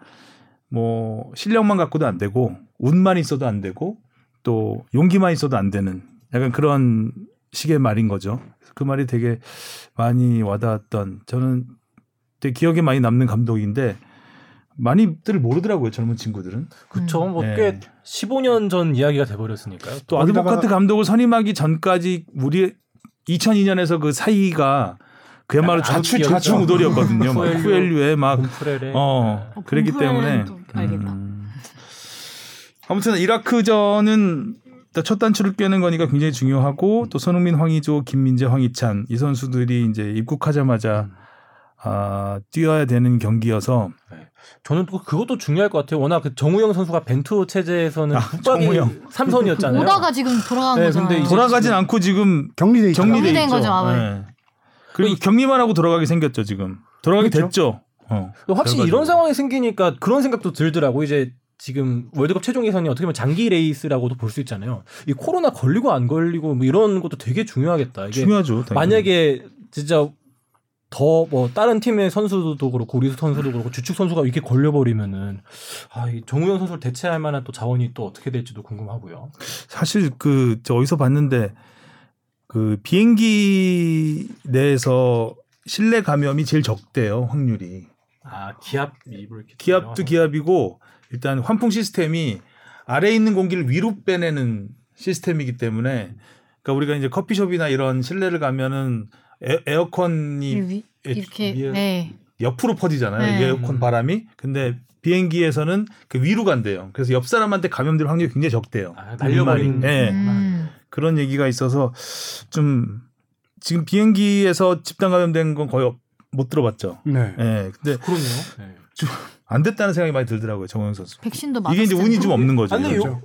뭐 실력만 갖고도 안 되고 운만 있어도 안 되고 또 용기만 있어도 안 되는 약간 그런 식의 말인 거죠. 그 말이 되게 많이 와닿았던 저는 되게 기억에 많이 남는 감독인데 많이들 모르더라고요 젊은 친구들은
그쵸. 뭐
네.
꽤 15년 전 이야기가 돼버렸으니까요.
또
거기다가-
아드보카트 감독을 선임하기 전까지 우리 2002년에서 그 사이가 그야말로
약간
좌충
암흑기였죠.
좌충우돌이었거든요. 막
후엘류.
후엘류에 막
곰프레레.
아, 어,
음. 어,
그랬기
공부하면
때문에
또 알겠다.
음. 아무튼 이라크전은 일단 첫 단추를 꿰는 거니까 굉장히 중요하고 또 손흥민, 황의조, 김민재, 황희찬 이 선수들이 이제 입국하자마자 아, 뛰어야 되는 경기여서
저는 또 그것도 중요할 것 같아요. 워낙 그 정우영 선수가 벤투 체제에서는 국박이
아, 정우영.
3선이었잖아요.
오다가 지금 돌아간
네,
거잖아요.
근데 이제
돌아가진 않고 지금
격리돼 있죠.
격리돼
격리된
있죠.
거죠, 아마.
예.
뭐
그리고 격리만 하고 돌아가게 생겼죠 지금 돌아가게
그렇죠.
됐죠. 어.
확실히
결과적으로.
이런 상황이 생기니까 그런 생각도 들더라고. 이제 지금 월드컵 최종 예선이 어떻게 보면 장기 레이스라고도 볼 수 있잖아요. 이 코로나 걸리고 안 걸리고 뭐 이런 것도 되게 중요하겠다. 이게
중요하죠. 당연히.
만약에 진짜 더 뭐 다른 팀의 선수도 그렇고 우리 선수도 그렇고 주축 선수가 이렇게 걸려버리면은 아, 이 정우영 선수를 대체할 만한 또 자원이 또 어떻게 될지도 궁금하고요.
사실 그, 저 어디서 봤는데, 그 비행기 내에서 실내 감염이 제일 적대요, 확률이.
아 기압 입을 이렇게
기압도
내려가서.
기압이고, 일단 환풍 시스템이 아래에 있는 공기를 위로 빼내는 시스템이기 때문에, 그러니까 우리가 이제 커피숍이나 이런 실내를 가면은 에, 에어컨이
위-
에-
이렇게
위에
네.
옆으로 퍼지잖아요.
네.
에어컨 바람이. 근데 비행기에서는 그 위로 간대요. 그래서 옆 사람한테 감염될 확률이 굉장히 적대요.
아, 날려버린-
예.
음.
그런 얘기가 있어서 좀 지금 비행기에서 집단 감염된 건 거의 없- 못 들어봤죠.
네.
예. 근데
그럼요. 네.
안 됐다는 생각이 많이 들더라고요. 정우영 선수.
백신도 맞았어요.
이게 이제 운이 좀 없는 거죠.
아, 근데
그렇죠.
요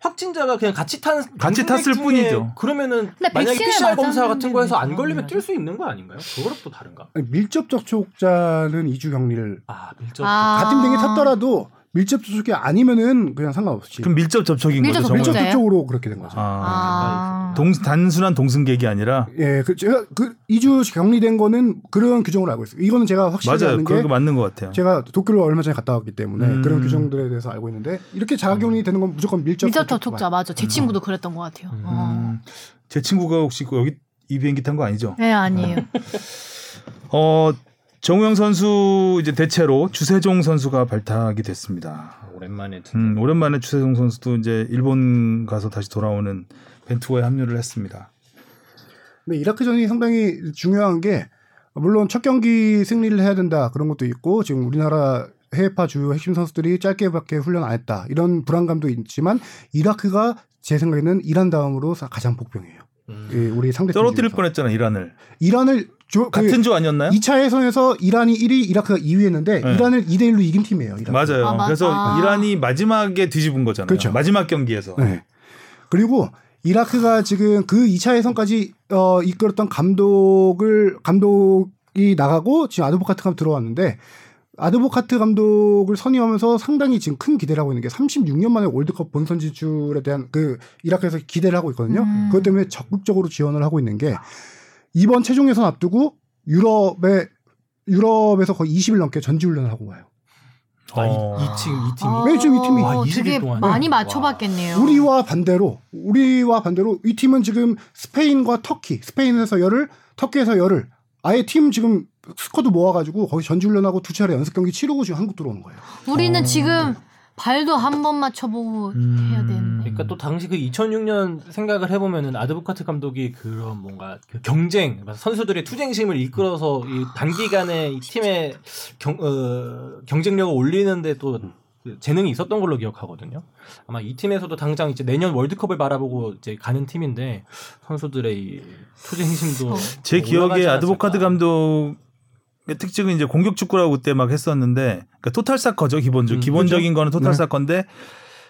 확진자가 그냥 같이 탄
같이 탔을
중에
뿐이죠.
그러면은
근데
만약에
백신을
PCR 검사
맞았는데
같은 거에서
왜
안 걸리면
그러냐죠.
뛸 수 있는 거 아닌가요? 그거랑 또 다른가?
아니, 밀접 접촉자는 2주 격리를
아 밀접.
아.
같은 비행기 탔더라도 밀접 접촉이 아니면은 그냥 상관없이
그럼 밀접 접촉인
밀접
거죠.
접촉.
정우영.
밀접
진짜요?
접촉으로 그렇게 된 거죠.
아.
아.
동 단순한 동승객이 아니라
예, 그 제가 그 2주 격리된 거는 그런 규정으로 알고 있어요. 이거는 제가 확실히
맞아요.
아는 게
그런 거 맞는 것 같아요.
제가 도쿄를 얼마 전에 갔다 왔기 때문에
음.
그런 규정들에 대해서 알고 있는데 이렇게 자가격리 되는 건 무조건 밀접
미적
접촉만.
접촉자 맞아. 제 친구도 그랬던 것 같아요. 어.
음, 제 친구가 혹시 그 여기 이 비행기 탄 거 아니죠?
네 아니에요.
어 정우영 선수 이제 대체로 주세종 선수가 발탁이 됐습니다.
오랜만에
음, 오랜만에 추세종 선수도 이제 일본 가서 다시 돌아오는 벤투어에 합류를 했습니다.
근데 이라크전이 상당히 중요한 게 물론 첫 경기 승리를 해야 된다 그런 것도 있고 지금 우리나라 해외파 주요 핵심 선수들이 짧게밖에 훈련 안 했다 이런 불안감도 있지만 이라크가 제 생각에는 이란 다음으로 사- 가장 복병이에요.
음.
아.
예, 우리 상대
떨어뜨릴 뻔했잖아 이란을.
이란을 조, 그
같은 조 아니었나요?
2차 예선에서 이란이 1위, 이라크가 2위였는데
네.
이란을 2대 1로 이긴 팀이에요. 이라크.
맞아요.
아, 맞-
그래서
아.
이란이 마지막에 뒤집은 거잖아요.
그렇죠.
마지막 경기에서.
네. 그리고 이라크가 지금 그 2차 예선까지 어, 이끌었던 감독을 감독이 나가고 지금 아드보카트 감독 들어왔는데 아드보카트 감독을 선임하면서 상당히 지금 큰 기대를 하고 있는 게 36년 만에 월드컵 본선 진출에 대한 그 이라크에서 기대를 하고 있거든요.
음.
그것 때문에 적극적으로 지원을 하고 있는 게 이번 최종 예선 앞두고 유럽에 유럽에서 거의 20일 넘게 전지 훈련을 하고 와요.
아,
어.
이, 이 팀, 이 팀이.
왜 지금 이 팀이-
어,
와,
아,
20일
되게
동안.
음.
많이
와.
맞춰봤겠네요.
우리와 반대로 우리와 반대로 이 팀은 지금 스페인과 터키 스페인에서 열을 터키에서 열을 아예 팀 지금 스쿼드 모아가지고 거기 전지훈련하고 두 차례 연습 경기 치르고 지금 한국 들어오는 거예요.
우리는 지금 발도 한 번 맞춰보고
음.
해야 되는데.
그러니까 또 당시 그 2006년 생각을 해보면은 아드보카트 감독이 그런 뭔가 그 경쟁 선수들의 투쟁심을 이끌어서 이 단기간에 이 팀의 경, 어, 경쟁력을 올리는데 또그
음.
재능이 있었던 걸로 기억하거든요. 아마 이 팀에서도 당장 이제 내년 월드컵을 바라보고 이제 가는 팀인데 선수들의 이 투쟁심도 뭐
제
뭐
기억에
올라가지
아드보카드
않았을까.
감독의 특징은 이제 공격 축구라고 그때 막 했었는데 그러니까 토탈 사커죠 기본적
음,
기본적인 거는 토탈
네.
사커인데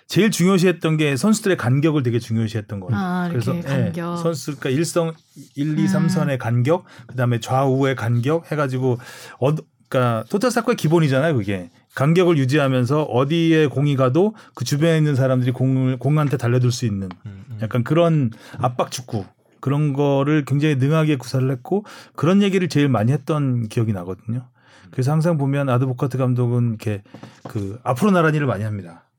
제일 중요시했던 게 선수들의 간격을 되게 중요시했던 거예요.
아, 이렇게 간격.
선수 그러니까 일성 1,
음.
2, 3선의 간격, 그다음에 좌우의 간격 해 가지고 어 그러니까 토탈 사커의 기본이잖아요, 그게. 간격을 유지하면서 어디에 공이 가도 그 주변에 있는 사람들이 공을 공한테 달려들 수 있는
음, 음.
약간 그런 압박 축구 그런 거를 굉장히 능하게 구사를 했고 그런 얘기를 제일 많이 했던 기억이 나거든요. 그래서 항상 보면 아드보카트 감독은 이렇게 그 앞으로 나란히를 많이 합니다.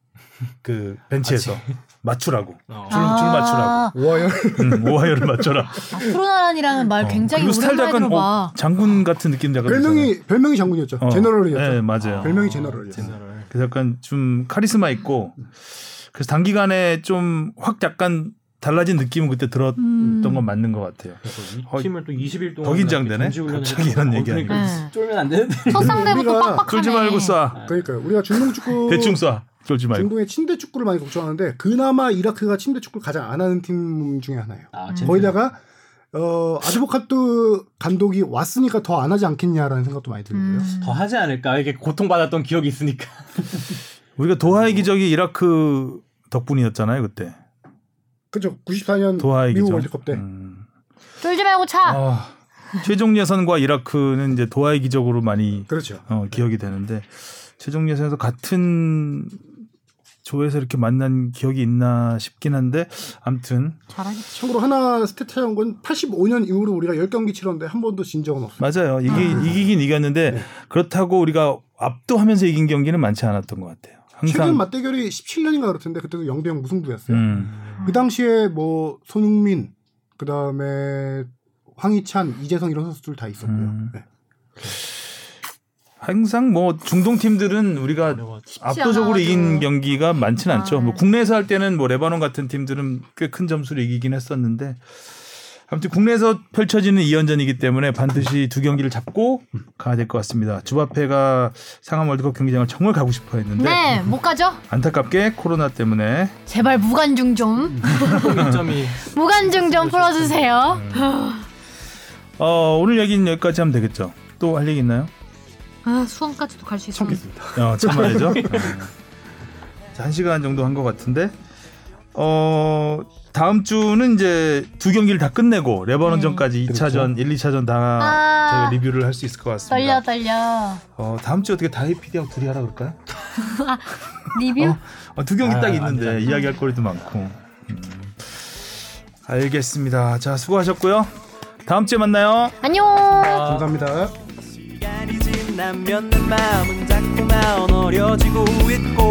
그
아,
벤치에서 맞추라고
어.
줄, 줄 맞추라고
와요.
음, 오하이어를 맞춰라. 어,
아, 프로나란이라는 말 굉장히
그리고 스타일
오랜만에
약간
들어봐.
어, 장군 같은 느낌 약간
별명이 별명이 장군이었죠.
어.
제너럴이었죠.
네, 맞아요.
별명이 제너럴이었어요.
음, 제너럴.
그래서 약간 좀 카리스마 있고 그래서 단기간에 좀 확 약간 달라진 느낌은 그때 들었던
음.
건 맞는 것 같아요.
그래서 이
어,
팀을 또 20일 동안
더 긴장되네?
이렇게 전지훈련을
갑자기 이런
했다고.
얘기하니까.
네.
어, 그러니까 쫄면 안 되는데.
첫 상대부터
우리가
빡빡하네.
쫄지 말고 쏴.
그러니까 요 우리가 중동 축구
대충 쏴. 쫄지 말고.
중동의 침대 축구를 많이 걱정하는데 그나마 이라크가 침대 축구를 가장 안 하는 팀 중에 하나예요.
아,
음.
제-
거기다가 어 아드보카트 감독이 왔으니까 더 안 하지 않겠냐라는 생각도 많이 들고요.
음.
더 하지 않을까 이게 고통받았던 기억이 있으니까
우리가
음.
도하의 기적이 이라크 덕분이었잖아요 그때.
그죠? 94년
도하의
미국
기적.
월드컵 때.
음.
쫄지 말고 차.
아, 최종 예선과 이라크는 이제 도하의 기적으로 많이
그렇죠.
어, 기억이 되는데 최종 예선에서 같은 조에서 이렇게 만난 기억이 있나 싶긴 한데 아무튼
잘하겠다.
참고로 하나 스탯 찾아온 건 85년 이후로 우리가 10경기 치렀는데 한 번도 진 적은 없어요.
맞아요. 이기, 이기긴 이겼는데
네.
그렇다고 우리가 압도하면서 이긴 경기는 많지 않았던 것 같아요.
최근
항상
맞대결이 17년인가 그렇던데 그때도 0대0 무승부였어요.
음,
그 당시에 뭐 손흥민, 그다음에 황희찬, 이재성 이런 선수들 다 있었고요.
음.
네.
항상 뭐 중동 팀들은 우리가 압도적으로 이긴 경기가 많지는 않죠. 뭐 국내에서 할 때는 뭐 레바논 같은 팀들은 꽤 큰 점수로 이기긴 했었는데 아무튼 국내에서 펼쳐지는 2연전이기 때문에 반드시 두 경기를 잡고 가야 될 것 같습니다. 주바페가 상암 월드컵 경기장을 정말 가고 싶어 했는데
네, 못 가죠?
안타깝게 코로나 때문에
제발 무관중 좀.
음.
점이
무관중 좀 풀어주세요.
음. 어, 오늘 얘기는 여기까지 하면 되겠죠. 또 할 얘기 있나요?
아, 수원까지도 갈 수 있었는데.
어, 참아야죠. 어. 자, 한 시간 정도 한 것 같은데 어 다음 주는 이제 두 경기를 다 끝내고
음.
레바논전까지 2차전,
그렇죠.
1, 2차전 다
아.
저희가 리뷰를 할 수 있을 것 같습니다.
떨려 떨려.
어 다음 주 어떻게 다이 PD하고 둘이 하라 그럴까요?
리뷰?
어, 두 경기
아,
딱
안
있는데 이야기할 거리도 많고. 음. 알겠습니다. 자 수고하셨고요. 다음 주에 만나요.
안녕.
아.
감사합니다.
시간이 지나면 내 마음은 자꾸만 어려지고 있고